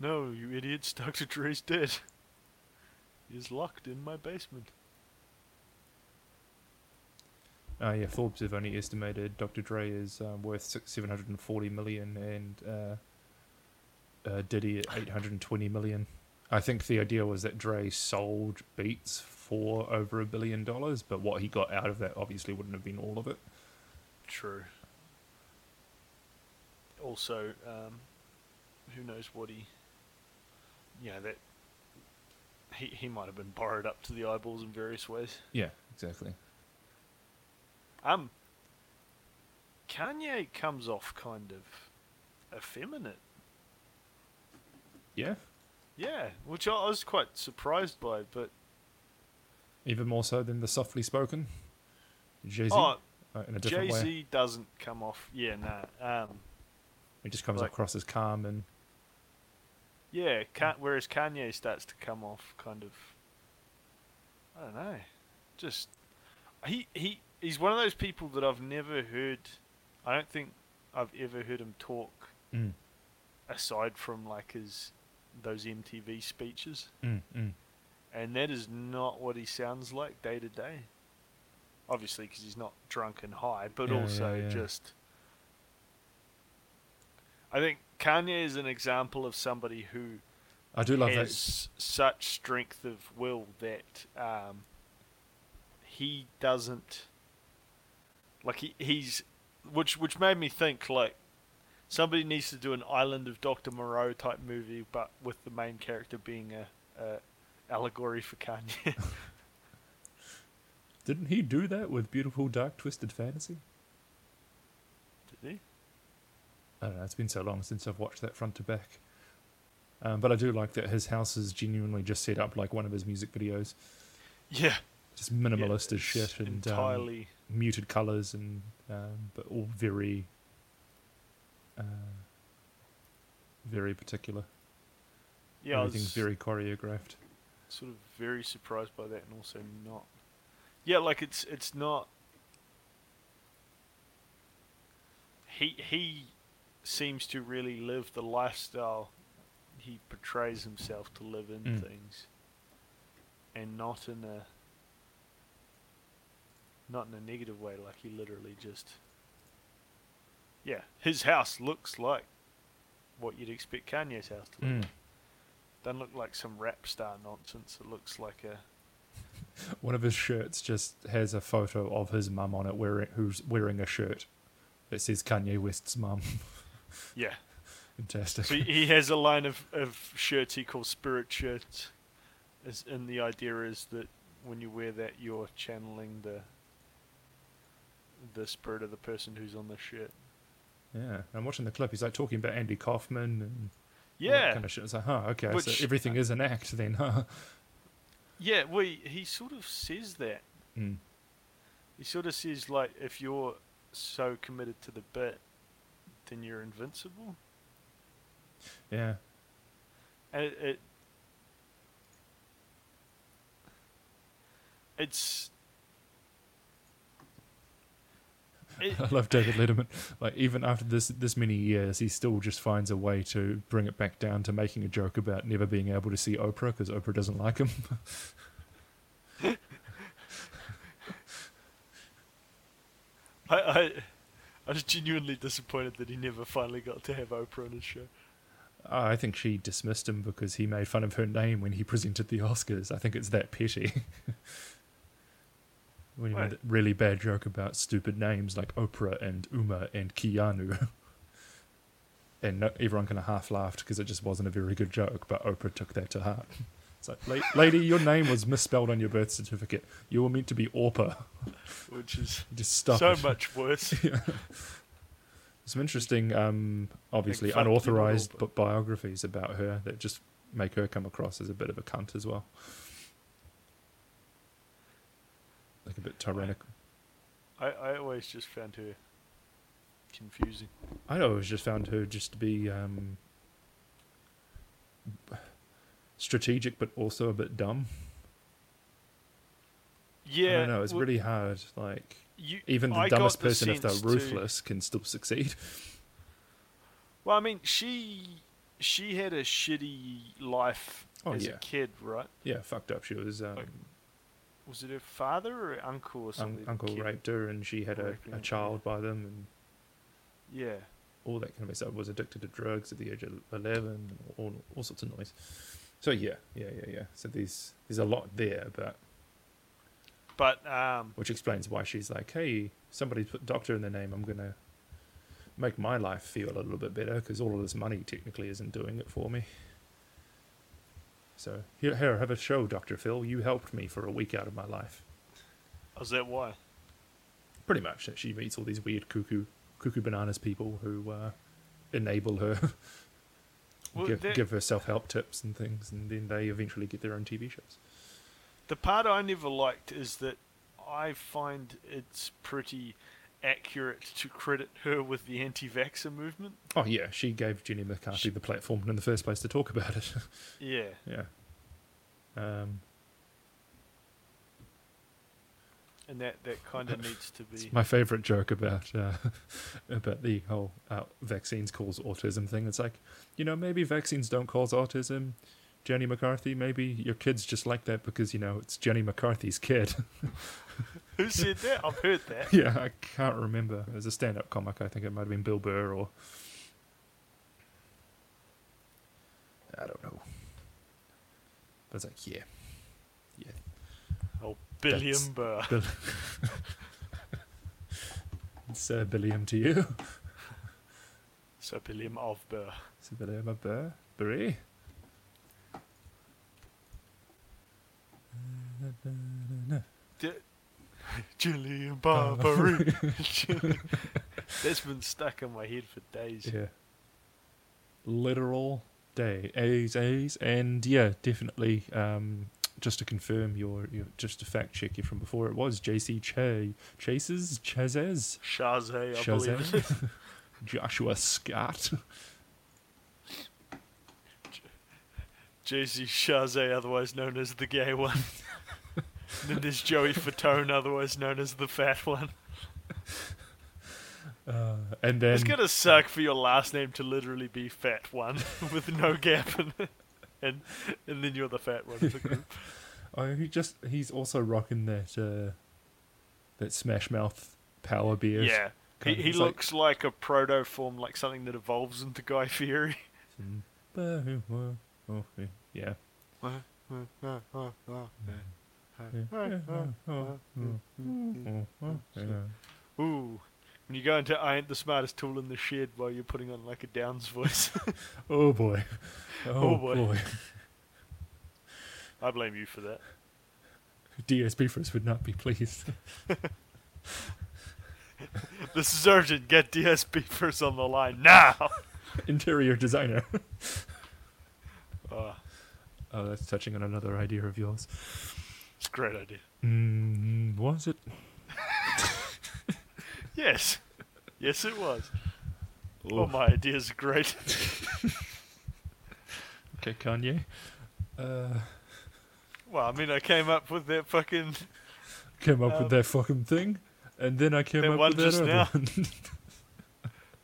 C: No, you idiots. Dr. Dre's dead. He's locked in my basement.
B: Uh, yeah, Forbes have only estimated Dr. Dre is um, worth six, 740 million and uh, uh, Diddy at 820 million. I think the idea was that Dre sold beats for over a billion dollars, but what he got out of that obviously wouldn't have been all of it.
C: True. Also, um, who knows what he? You know that he he might have been borrowed up to the eyeballs in various ways.
B: Yeah, exactly.
C: Um, Kanye comes off kind of effeminate.
B: Yeah,
C: Yeah, which I I was quite surprised by, but
B: even more so than the softly spoken. Jay Z
C: oh,
B: uh, in a different
C: Jay
B: way.
C: Z doesn't come off. Yeah, nah. Um,
B: It just comes
C: like-
B: across as calm and
C: Yeah, Ka-
B: Hmm.
C: whereas Kanye starts to come off kind of. I don't know, just he he he's one of those people that I've never heard. I don't think I've ever heard him talk
B: Mm.
C: aside from like his those MTV speeches,
B: Mm, mm.
C: and that is not what he sounds like day to day. Obviously, because he's not drunk and high, but
B: Yeah, yeah,
C: also
B: yeah.
C: just. I think Kanye is an example of somebody who
B: I do love that.
C: has such strength of will that um, he doesn't like he, he's which which made me think like somebody needs to do an island of Dr. Moreau type movie but with the main character being a, a allegory for Kanye.
B: Didn't he do that with Beautiful Dark Twisted Fantasy?
C: Did he?
B: I don't know. It's been so long since I've watched that front to back. Um, but I do like that his house is genuinely just set up like one of his music videos,
C: Yeah.
B: just minimalist as
C: it's
B: shit and um,
C: entirely
B: muted colors and um, but all very, uh, very particular.
C: yeah, I was
B: Everything's very choreographed.
C: sort of very surprised by that and also not. Yeah, like it's it's not he he seems to really live the lifestyle he portrays himself to live in
B: Mm.
C: things and not in a not in a negative way like he literally just yeah his house looks like what you'd expect Kanye's house to look
B: Mm.
C: doesn't look like some rap star nonsense. It looks like a
B: One of his shirts just has a photo of his mum on it, wearing who's wearing a shirt that says Kanye West's mum.
C: yeah.
B: Fantastic.
C: So he- he has a line of, of shirts he calls spirit shirts, as, and the idea is that when you wear that, you're channeling the the spirit of the person who's on the shirt.
B: Yeah, I'm watching the clip. He's like talking about Andy Kaufman and all that
C: Yeah,
B: kind of shit. It's like, huh, okay,
C: Which- uh,
B: so everything is an act then, huh?
C: yeah. Well, he, he sort of says that.
B: Mm.
C: He sort of says like, if you're so committed to the bit, then you're invincible.
B: Yeah,
C: And it, it it's it,
B: I love David Letterman. Like even after this this many years, he still just finds a way to bring it back down to making a joke about never being able to see Oprah because Oprah doesn't like him.
C: I, I, I was genuinely disappointed that he never finally got to have Oprah on his show.
B: I think she dismissed him because he made fun of her name when he presented the Oscars. I think it's that petty. when you made
C: Right.
B: that really bad joke about stupid names like Oprah and Uma and Keanu. and no, everyone kind of half laughed because it just wasn't a very good joke, but Oprah took that to heart. It's like, "La- lady, your name was misspelled on your birth certificate. You were meant to be Orpa.
C: which is
B: Just stop
C: so
B: it.
C: much worse.
B: some interesting, um, obviously
C: fuck you,
B: unauthorized
C: Orba.
B: but biographies about her that just make her come across as a bit of a cunt as well, like a bit tyrannical.
C: I, I always just found her confusing.
B: I always just found her just to be um, strategic, but also a bit dumb.
C: Yeah,
B: I don't know. It's
C: well,
B: really hard. Like
C: you-
B: even the
C: I got
B: dumbest
C: the
B: person, if they're
C: sense too-
B: ruthless, can still succeed.
C: Well, I mean, she she had a shitty life
B: Oh
C: as
B: yeah,
C: a kid, right?
B: yeah. Fucked up. She was um,
C: Like, Was it her father or her uncle or
B: un-
C: something? that
B: uncle
C: kid-
B: raped her, and she had a,
C: raped her,
B: a
C: yeah.
B: child by them, and
C: Yeah,
B: all that kind of stuff. Was addicted to drugs at the age of eleven, and all all sorts of noise. So yeah, yeah, yeah, yeah. So there's there's a lot there, but
C: but um,
B: which explains why she's like, hey, somebody put doctor in their name. I'm gonna make my life feel a little bit better because all of this money technically isn't doing it for me. So here, here, have a show, Doctor Phil. You helped me for a week out of my life.
C: was oh, that why?
B: pretty much that she meets all these weird cuckoo cuckoo bananas people who uh, enable her
C: Well,
B: give,
C: that-
B: give her self-help tips and things and then they eventually get their own tv shows
C: The part I never liked is that I find it's pretty accurate to credit her with the anti-vaxxer movement.
B: oh yeah she gave jenny mccarthy the platform in the first place to talk about it
C: Yeah,
B: yeah um,
C: and that that kind of needs to be.
B: my favorite joke about uh, about the whole uh, vaccines cause autism thing it's like you know maybe vaccines don't cause autism jenny mccarthy maybe your kid's just like that because you know it's jenny mccarthy's kid
C: Who said that? I've heard that.
B: yeah, I can't remember. It was a stand-up comic. I think it might have been Bill Burr or I don't know. But it's like, yeah,
C: Oh, Billiam
B: That's-
C: Burr.
B: Sir Billiam to you,
C: So Billiam of Burr.
B: Sir Billiam of Burr, Burry.
C: Gillian Barbary. That's been stuck in my head for days.
B: Yeah. Literal day. A's, A's. And yeah, definitely. Um, just to confirm your, your just to fact check you from before, it was JC Che Chases Chazes
C: Shazay, I believe.
B: Shazam Joshua Scott.
C: JC Shazay, otherwise known as the gay one. and then there's Joey Fatone, otherwise known as the fat one.
B: Uh, and then
C: it's gonna suck for your last name to literally be fat one with no gap in it. And, and then you're the fat one of the group.
B: oh, he just he's also rocking that uh, that Smash Mouth power beard.
C: Yeah. He,
B: Kinda-
C: he
B: it's like-
C: looks like a proto form, like something that evolves into Guy Fieri.
B: Yeah.
C: Ooh. When you go into I ain't the smartest tool in the shed while you're putting on like a Downs voice.
B: Oh boy. Oh,
C: boy.
B: boy.
C: I blame you for that.
B: DSP for us would not be pleased.
C: This is urgent. Get DSP first on the line now.
B: Interior designer.
C: Oh,
B: Oh, that's touching on another idea of yours.
C: it's a great idea.
B: Mm, was it?
C: Yes. Yes, it was. Oh, my ideas are great.
B: Okay, Kanye. Uh,
C: Well, I mean, I came up with that fucking.
B: came up
C: Um,
B: with that fucking thing, and then I came
C: that
B: up
C: one
B: with that
C: just
B: other
C: now.
B: one.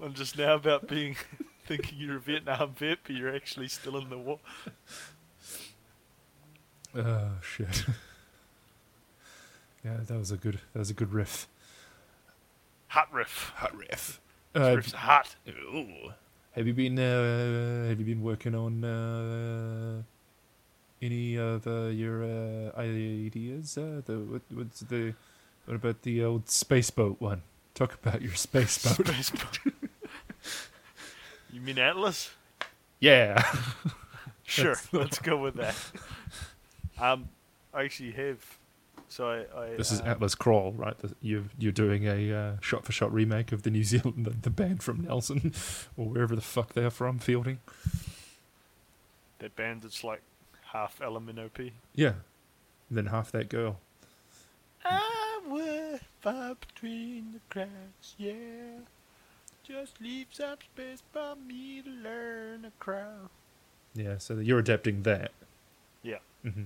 C: I'm just now about being. thinking you're a Vietnam vet, but you're actually still in the war.
B: Oh shit. yeah, that was a good that was a good riff.
C: Hat riff.
B: Hot riff.
C: This
B: Uh,
C: riff's hot.
B: ooh. Have you been uh, Have you been working on uh, any of uh, your uh, ideas? Uh, the what, what's the what about the old space boat one? Talk about your space boat.
C: Space boat. you mean Atlas?
B: yeah.
C: Sure,
B: That's the
C: let's go with that. Um, I actually have. So I. I
B: This is
C: uh,
B: Atlas Crawl, right? The- You've, you're doing a uh, shot-for-shot remake of the New Zealand, the, the band from Nelson, or wherever the fuck they're from, Fielding.
C: that band that's like half Element OP.
B: Yeah, and then half that girl.
C: I would fly between the cracks, yeah. Just leave some space for me to learn to cry.
B: Yeah, so you're adapting that.
C: Yeah,
B: hmm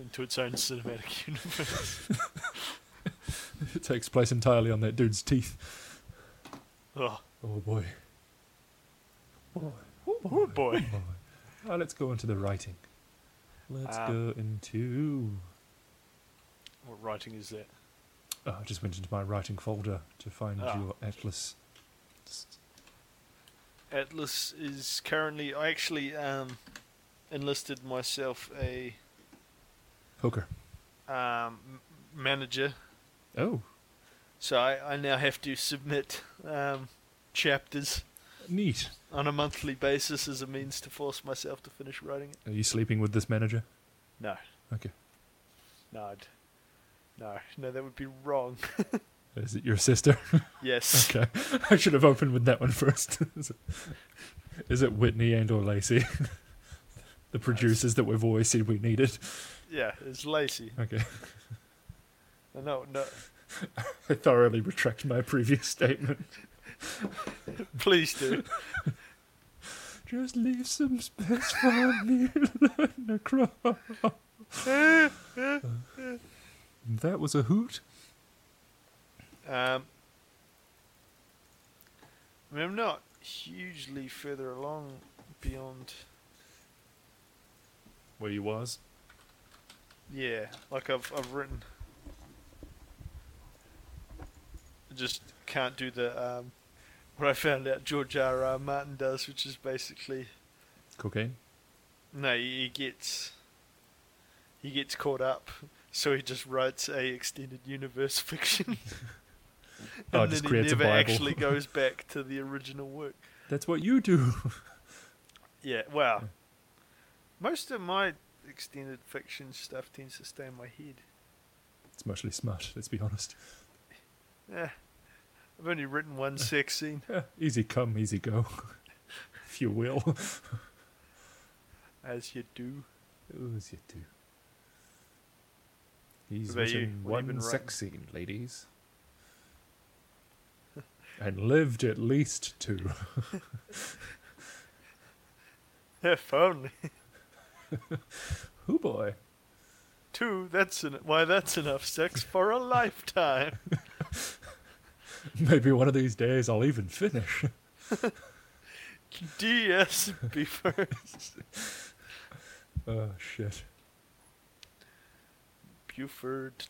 C: into its own cinematic universe.
B: It takes place entirely on that dude's teeth.
C: oh,
B: Oh boy. Boy.
C: oh boy.
B: boy. Oh, let's go into the writing. Let's
C: Um,
B: go into.
C: What writing is that?
B: Oh, I just went into my writing folder to find
C: Ah.
B: your atlas. Just-
C: Atlas is currently. I actually um, enlisted myself a
B: Poker.
C: um, m- manager,
B: Oh,
C: so I, I now have to submit um, chapters
B: neat.
C: on a monthly basis as a means to force myself to finish writing it.
B: Are you sleeping with this manager?
C: No,
B: Okay.
C: no, I'd- no, no, that would be wrong.
B: Is it your sister?
C: Yes.
B: okay. I should have opened with that one first. is, it, is it Whitney and or Lacey? the producers that we've always said we needed.
C: Yeah, it's Lacey.
B: Okay.
C: No, no,
B: I thoroughly retract my previous statement.
C: please do.
B: Just leave some space for me to cry. That was a hoot.
C: Um, I mean, I'm not hugely further along beyond.
B: Where you was?
C: Yeah, like I've I've written. I just can't do the um, what I found out George R. R. Martin does, which is basically
B: Cocaine.
C: no, he he gets he gets caught up, so he just writes a extended universe fiction.
B: Oh,
C: and
B: just
C: then he
B: creates a
C: never
B: Bible.
C: actually goes back to the original work.
B: That's what you do.
C: Yeah, well, most of my extended fiction stuff tends to stay in my head.
B: It's mostly smut, let's be honest.
C: Yeah, Eh, I've only written one sex scene.
B: Yeah, easy come, easy go. if you will.
C: As you do.
B: Ooh, as you do. He's
C: What about you?
B: written
C: What have you
B: one
C: been
B: sex scene, ladies. and lived at least two.
C: If only.
B: Oh boy.
C: Two, that's en- why that's enough sex for a lifetime.
B: Maybe one of these days I'll even finish.
C: DS be first.
B: Oh shit.
C: Buford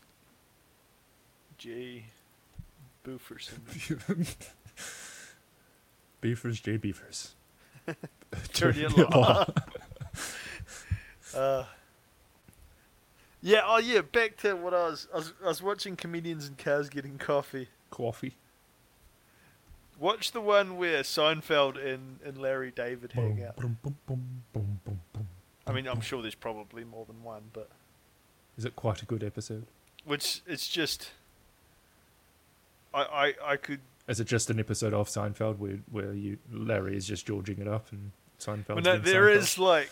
C: J. Buferson.
B: Beefers, J Beefers.
C: Attorney
B: Attorney
C: at
B: at
C: law. uh, yeah, oh yeah, back to what I was, I was. I was watching comedians in cars getting coffee.
B: Coffee.
C: Watch the one where Seinfeld and, and Larry David hang out.
B: Boom, boom, boom, boom, boom, boom.
C: I mean, I'm sure there's probably more than one, but
B: Is it quite a good episode?
C: which it's just I, I I could
B: Is it just an episode of Seinfeld where where you Larry is just georging it up and Seinfeld?
C: well, no, there is like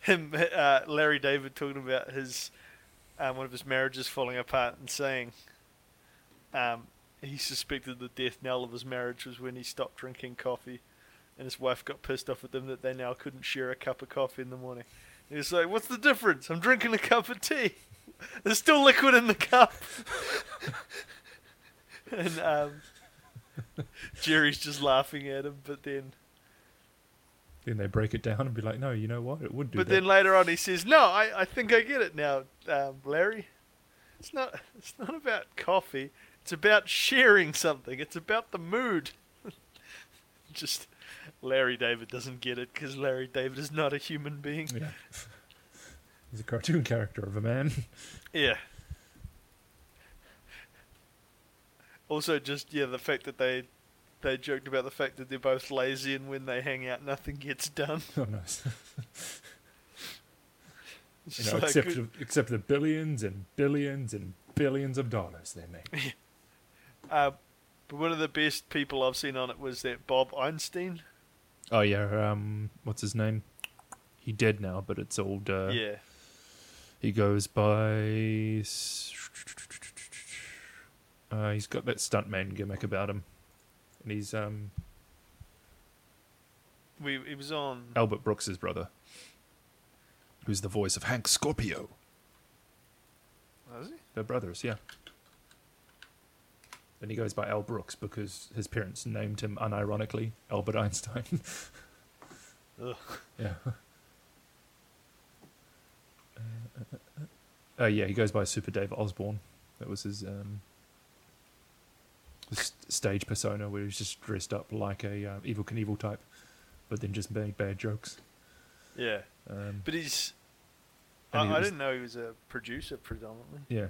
C: him uh, Larry David talking about his um, one of his marriages falling apart and saying um, he suspected the death knell of his marriage was when he stopped drinking coffee and his wife got pissed off at them that they now couldn't share a cup of coffee in the morning. He was like, "What's the difference? I'm drinking a cup of tea. There's still liquid in the cup." and um, Jerry's just laughing at him, but then
B: Then they break it down and be like, no, you know what? It would do
C: but
B: that.
C: then later on he says, "No, I, I think I get it now, um, Larry. It's not it's not about coffee. It's It's about sharing something. It's about the mood. Just Larry David doesn't get it because Larry David is not a human being.
B: Yeah. He's a cartoon character of a man.
C: Yeah. Also, just yeah, the fact that they they joked about the fact that they're both lazy and when they hang out, nothing gets done.
B: Oh, nice.
C: It's
B: You
C: just
B: know,
C: like,
B: except,
C: good-
B: for, except for the billions and billions and billions of dollars they make.
C: uh, but one of the best people I've seen on it was that Bob Einstein.
B: Oh, yeah. Um, what's his name? He dead now, but it's old. Uh,
C: yeah,
B: He goes by. s- Uh, he's got that stuntman gimmick about him, and he's um,
C: we it was on.
B: Albert Brooks's brother, who's the voice of Hank Scorpio. Oh.
C: Was he?
B: They're brothers, yeah. Then he goes by Al Brooks because his parents named him unironically Albert Einstein.
C: Ugh.
B: Yeah. Uh, uh, yeah, he goes by Super Dave Osborne. That was his um, his stage persona, where he was just dressed up like a uh, evil Knievel type, but then just made bad jokes.
C: Yeah,
B: Um,
C: but he's.
B: And
C: I,
B: he
C: I
B: was-
C: didn't know he was a producer predominantly.
B: yeah,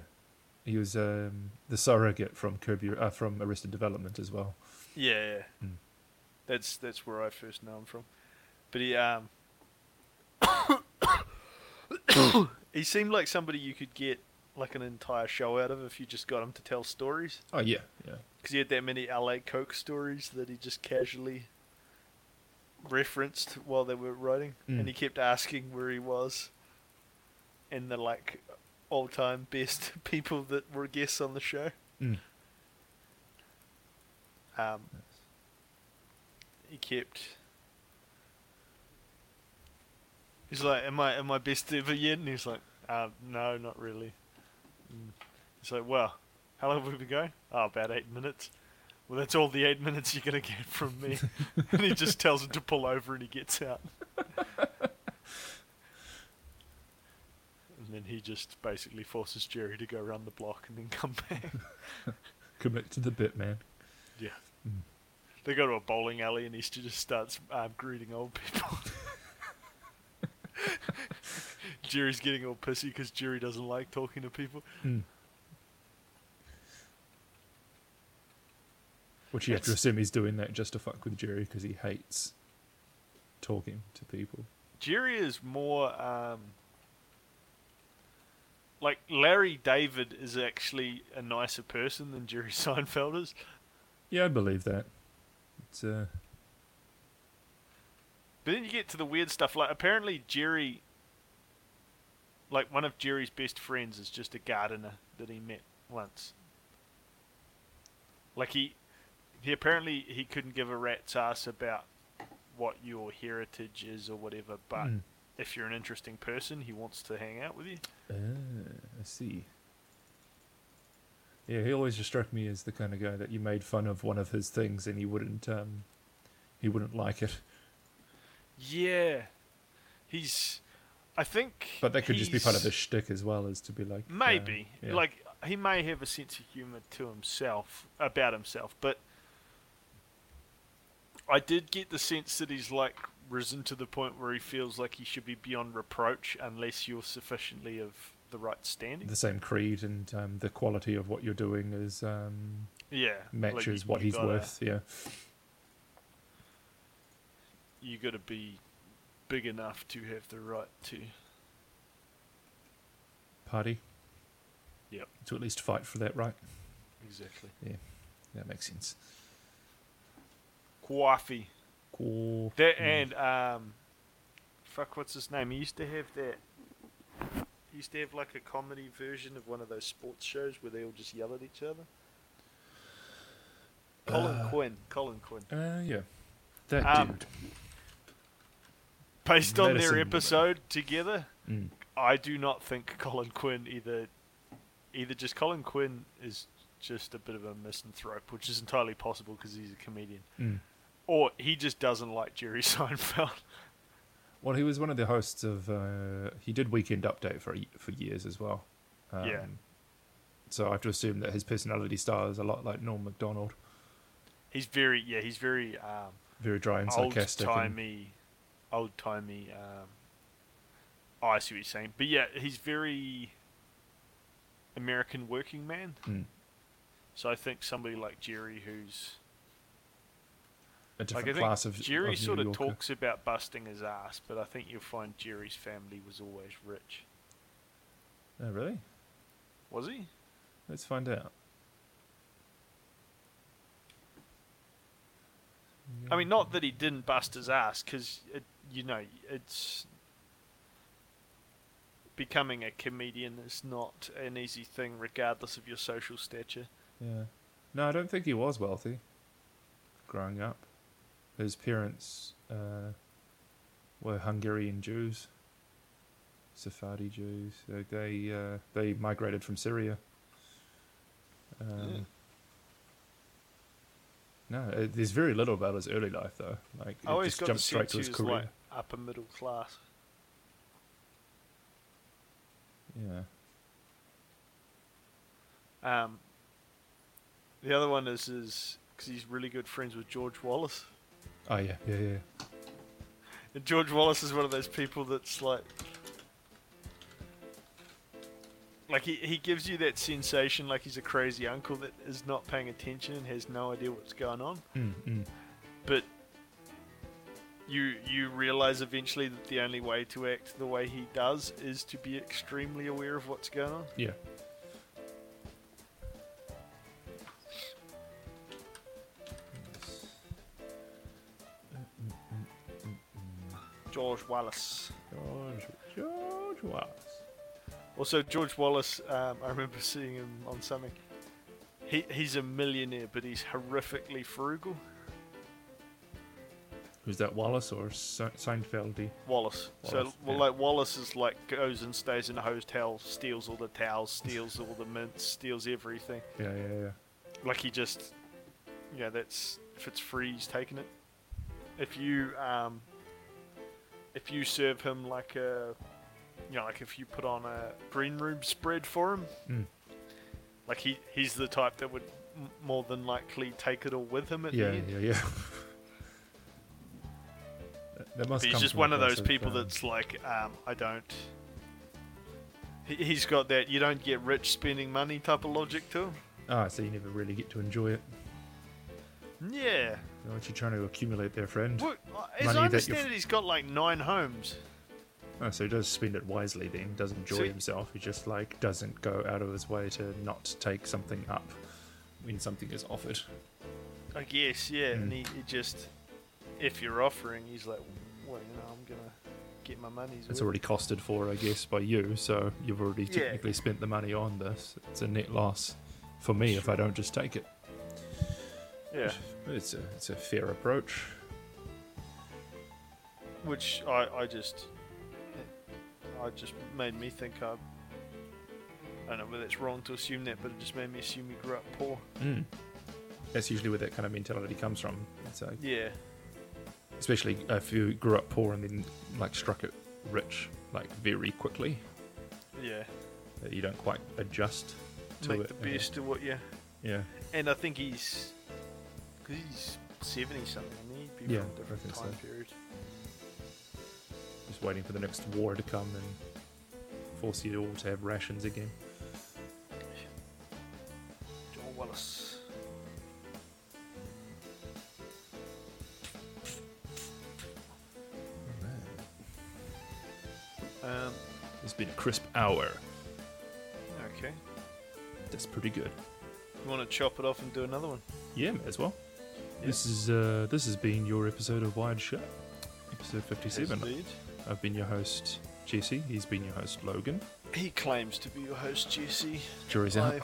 B: he was um, the surrogate from Curb Your, uh, from Arrested Development as well.
C: Yeah, yeah.
B: Mm.
C: that's that's where I first know him from. But he um, he seemed like somebody you could get like an entire show out of if you just got him to tell stories.
B: Oh yeah, yeah.
C: because he had that many LA Coke stories that he just casually referenced while they were writing,
B: Mm.
C: and he kept asking where he was, and the like all-time best people that were guests on the show.
B: Mm.
C: Um, he kept. He's like, "Am I am I best ever yet?" And he's like, uh, "No, not really." Mm. He's like, "Well, how long have we been going? Oh, about eight minutes." Well, that's all the eight minutes you're gonna get from me. and he just tells him to pull over, and he gets out. and then he just basically forces Jerry to go around the block and then come back.
B: Commit to the bit, man.
C: Yeah.
B: Mm.
C: They go to a bowling alley and he st- just starts um, greeting old people. Jerry's getting all pissy because Jerry doesn't like talking to people.
B: Mm. Which you have to
C: It's-
B: assume he's doing that just to fuck with Jerry because he hates talking to people.
C: Jerry is more um, like Larry David is actually a nicer person than Jerry Seinfeld is.
B: Yeah, I believe that. It's uh,
C: But then you get to the weird stuff. Like apparently Jerry, like one of Jerry's best friends, is just a gardener that he met once. Like he, he apparently he couldn't give a rat's ass about what your heritage is or whatever. But
B: Mm.
C: if you're an interesting person, he wants to hang out with you.
B: Ah, I see. Yeah, he always just struck me as the kind of guy that you made fun of one of his things and he wouldn't um, he wouldn't like it.
C: Yeah, he's. I think.
B: But that could just be part of the
C: he's-
B: shtick as well, as to be like uh,
C: Maybe.
B: yeah.
C: Like he may have a sense of humor to himself about himself, but I did get the sense that he's like risen to the point where he feels like he should be beyond reproach unless you're sufficiently of the right standing.
B: the same creed and um, the quality of what you're doing is um,
C: yeah. like,
B: matches
C: you-
B: what
C: you
B: he's
C: gotta-
B: worth. Yeah,
C: You got to be big enough to have the right to.
B: party.
C: Yep.
B: To at least fight for that right.
C: Exactly.
B: That makes sense.
C: Coffee.
B: Cool.
C: That and um, fuck, what's his name? He used to have that. He used to have like a comedy version of one of those sports shows where they all just yell at each other. Colin
B: Uh.
C: Quinn. Colin Quinn.
B: Uh, yeah. That
C: Um, Based on
B: Medicine
C: their
B: Woman.
C: episode together,
B: dude. Mm.
C: I do not think Colin Quinn either. Either just Colin Quinn is just a bit of a misanthrope, which is entirely possible because he's a comedian,
B: Mm.
C: or he just doesn't like Jerry Seinfeld.
B: Well, he was one of the hosts of. Uh, he did Weekend Update for for years as well. Um,
C: Yeah.
B: So I have to assume that his personality style is a lot like Norm Macdonald,
C: He's very yeah. He's very um,
B: very dry and
C: old
B: sarcastic. and-
C: timey, old timey. Um, oh, I see what you're saying, but yeah, he's very American working man.
B: Mm.
C: So I think somebody like Jerry, who's
B: a
C: like
B: different
C: I think
B: class of
C: Jerry
B: of New
C: sort of
B: Yorker.
C: talks about busting his ass, but I think you'll find Jerry's family was always rich.
B: Oh, really?
C: Was he?
B: Let's find out.
C: I mean, not that he didn't bust his ass, because you know it's becoming a comedian is not an easy thing, regardless of your social stature.
B: Yeah. No, I don't think he was wealthy. Growing up, his parents uh, were Hungarian Jews, Sephardi Jews. They they, uh, they migrated from Syria. Um, No, uh, there's very little about his early life though. Like,
C: I
B: it
C: always
B: just
C: got the
B: jumped straight
C: sense
B: to
C: he
B: his
C: was
B: career.
C: like upper middle class.
B: Yeah.
C: Um, the other one is is because he's really good friends with George Wallace.
B: Oh yeah, yeah, yeah.
C: And George Wallace is one of those people that's like, like he, he gives you that sensation like he's a crazy uncle that is not paying attention and has no idea what's going on.
B: Mm, mm.
C: But you you realize eventually that the only way to act the way he does is to be extremely aware of what's going on.
B: Yeah.
C: George Wallace.
B: George, George Wallace.
C: Also, George Wallace, um, I remember seeing him on something. He, he's a millionaire, but he's horrifically frugal.
B: Who's that, Wallace or Se- Seinfeldy?
C: Wallace. so,
B: Wallace,
C: well,
B: yeah.
C: like Wallace is like goes and stays in a hotel, steals all the towels, steals all the mints, steals everything.
B: Yeah, yeah, yeah.
C: Like he just, yeah, that's if it's free, he's taking it. If you, um, if you serve him like a, you know, like if you put on a green room spread for him,
B: Mm.
C: like he he's the type that would m- more than likely take it all with him at
B: Yeah,
C: the end.
B: yeah, yeah. That- that must
C: But he's
B: come
C: just
B: from a
C: one of
B: place
C: those people
B: um,
C: that's like, um, I don't. He, he's got that you don't get rich spending money type of logic to him.
B: Ah, so you never really get to enjoy it.
C: Yeah.
B: Aren't you trying to accumulate there, friend?
C: Well, uh,
B: Money
C: as
B: that
C: I
B: you've-
C: understand it, he's got like nine homes.
B: Oh, so he does spend it wisely then, does enjoy
C: So-
B: himself. He just, like, doesn't go out of his way to not take something up when something is offered.
C: I guess, yeah. And
B: Mm.
C: he, he just, if you're offering, he's like, well, you know, I'm gonna get my money's
B: It's
C: worth."
B: already costed for, I guess, by you, so you've already
C: Yeah.
B: technically spent the money on this. It's a net loss for me if I don't just take it.
C: Yeah.
B: It's a, it's a fair approach.
C: Which I, I just, eh, I just made me think I. I don't know whether it's wrong to assume that, but it just made me assume he grew up poor.
B: Mm. That's usually where that kind of mentality comes from. It's like,
C: Yeah.
B: especially if you grew up poor and then like struck it rich, like very quickly,
C: Yeah.
B: that you don't quite adjust to
C: make
B: it.
C: the
B: and-
C: best of what you.
B: Yeah,
C: And I think he's, cause he's seventy something. I mean, he'd be
B: Yeah,
C: from a
B: I
C: different
B: think so.
C: time period.
B: just waiting for the next war to come and force you all to have rations again.
C: Joel Wallace. Um.
B: It's been a crisp hour.
C: Okay.
B: That's pretty good.
C: You want to chop it off and do another one?
B: Yeah, may as well.
C: Yeah.
B: This is uh, this has been your episode of Wide Shut, episode
C: Yes,
B: fifty-seven.
C: indeed.
B: I've been your host Jesse. He's been your host Logan.
C: He claims to be your host, Jesse.
B: Jury's out.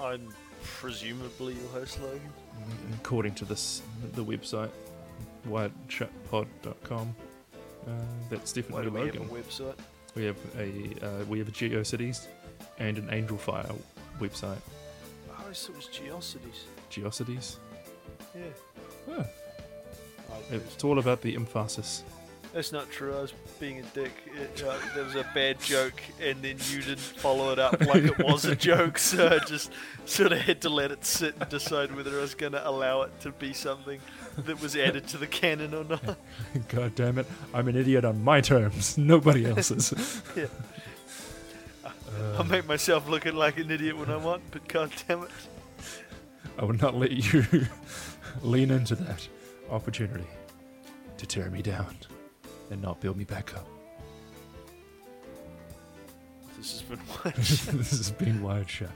C: I, I'm presumably your host, Logan.
B: according to this the website wideshutpod.com uh, that's
C: Why
B: definitely
C: do we have a
B: Logan.
C: website?
B: We have a uh, we have a GeoCities and an Angel Fire website.
C: I always thought it was Oh, Geocities.
B: GeoCities.
C: Yeah.
B: Oh,
C: I-
B: it's all about the emphasis.
C: That's not true. I was being a dick. It, uh, there was a bad joke, and then you didn't follow it up like it was a joke. So I just sort of had to let it sit and decide whether I was going to allow it to be something that was added to the canon or not.
B: God damn it. I'm an idiot on my terms, nobody else's.
C: Yeah.
B: Uh.
C: I make myself looking like an idiot when I want, but god damn it.
B: I will not let you lean into that opportunity to tear me down and not build me back up.
C: This has been one.
B: this has been Wired Shut.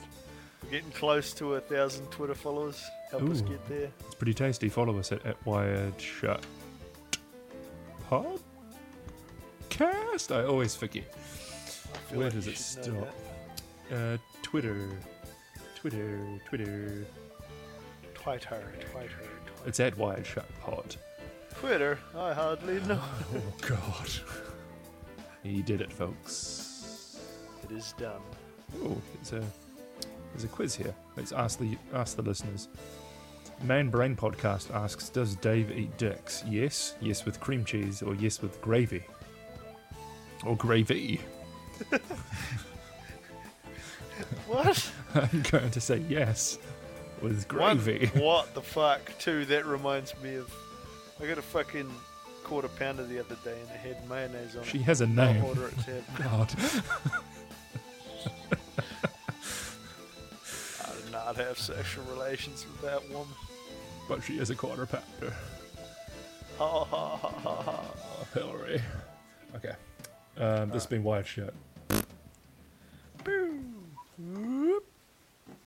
C: We're getting close to a thousand Twitter followers. Help us
B: Ooh.
C: get there.
B: It's pretty tasty. Follow us at, at Wired Shut Podcast. I always forget.
C: I feel
B: Where
C: like
B: does
C: you
B: it
C: should know
B: stop? Uh, Twitter, Twitter, Twitter.
C: that. Twitter, Twitter, Twitter.
B: It's at Wired Shut Pod.
C: Twitter? I hardly know.
B: Oh God. he did it, folks.
C: It is done.
B: Oh, it's a there's a quiz here. Let's ask the ask the listeners. Man Brain Podcast asks, Does Dave eat dicks? Yes, yes with cream cheese, or yes with gravy. Or gravy.
C: What?
B: I'm going to say yes with gravy.
C: One- what the fuck? Two, that reminds me of. I got a fucking quarter pounder the other day and it had mayonnaise on
B: She
C: it.
B: has a
C: I'll
B: name.
C: order it to have.
B: God.
C: I did not have sexual relations with that woman.
B: But she is a quarter pounder. Oh,
C: Ha ha ha ha ha.
B: Hillary. Okay. Um, this has been Wired Shut.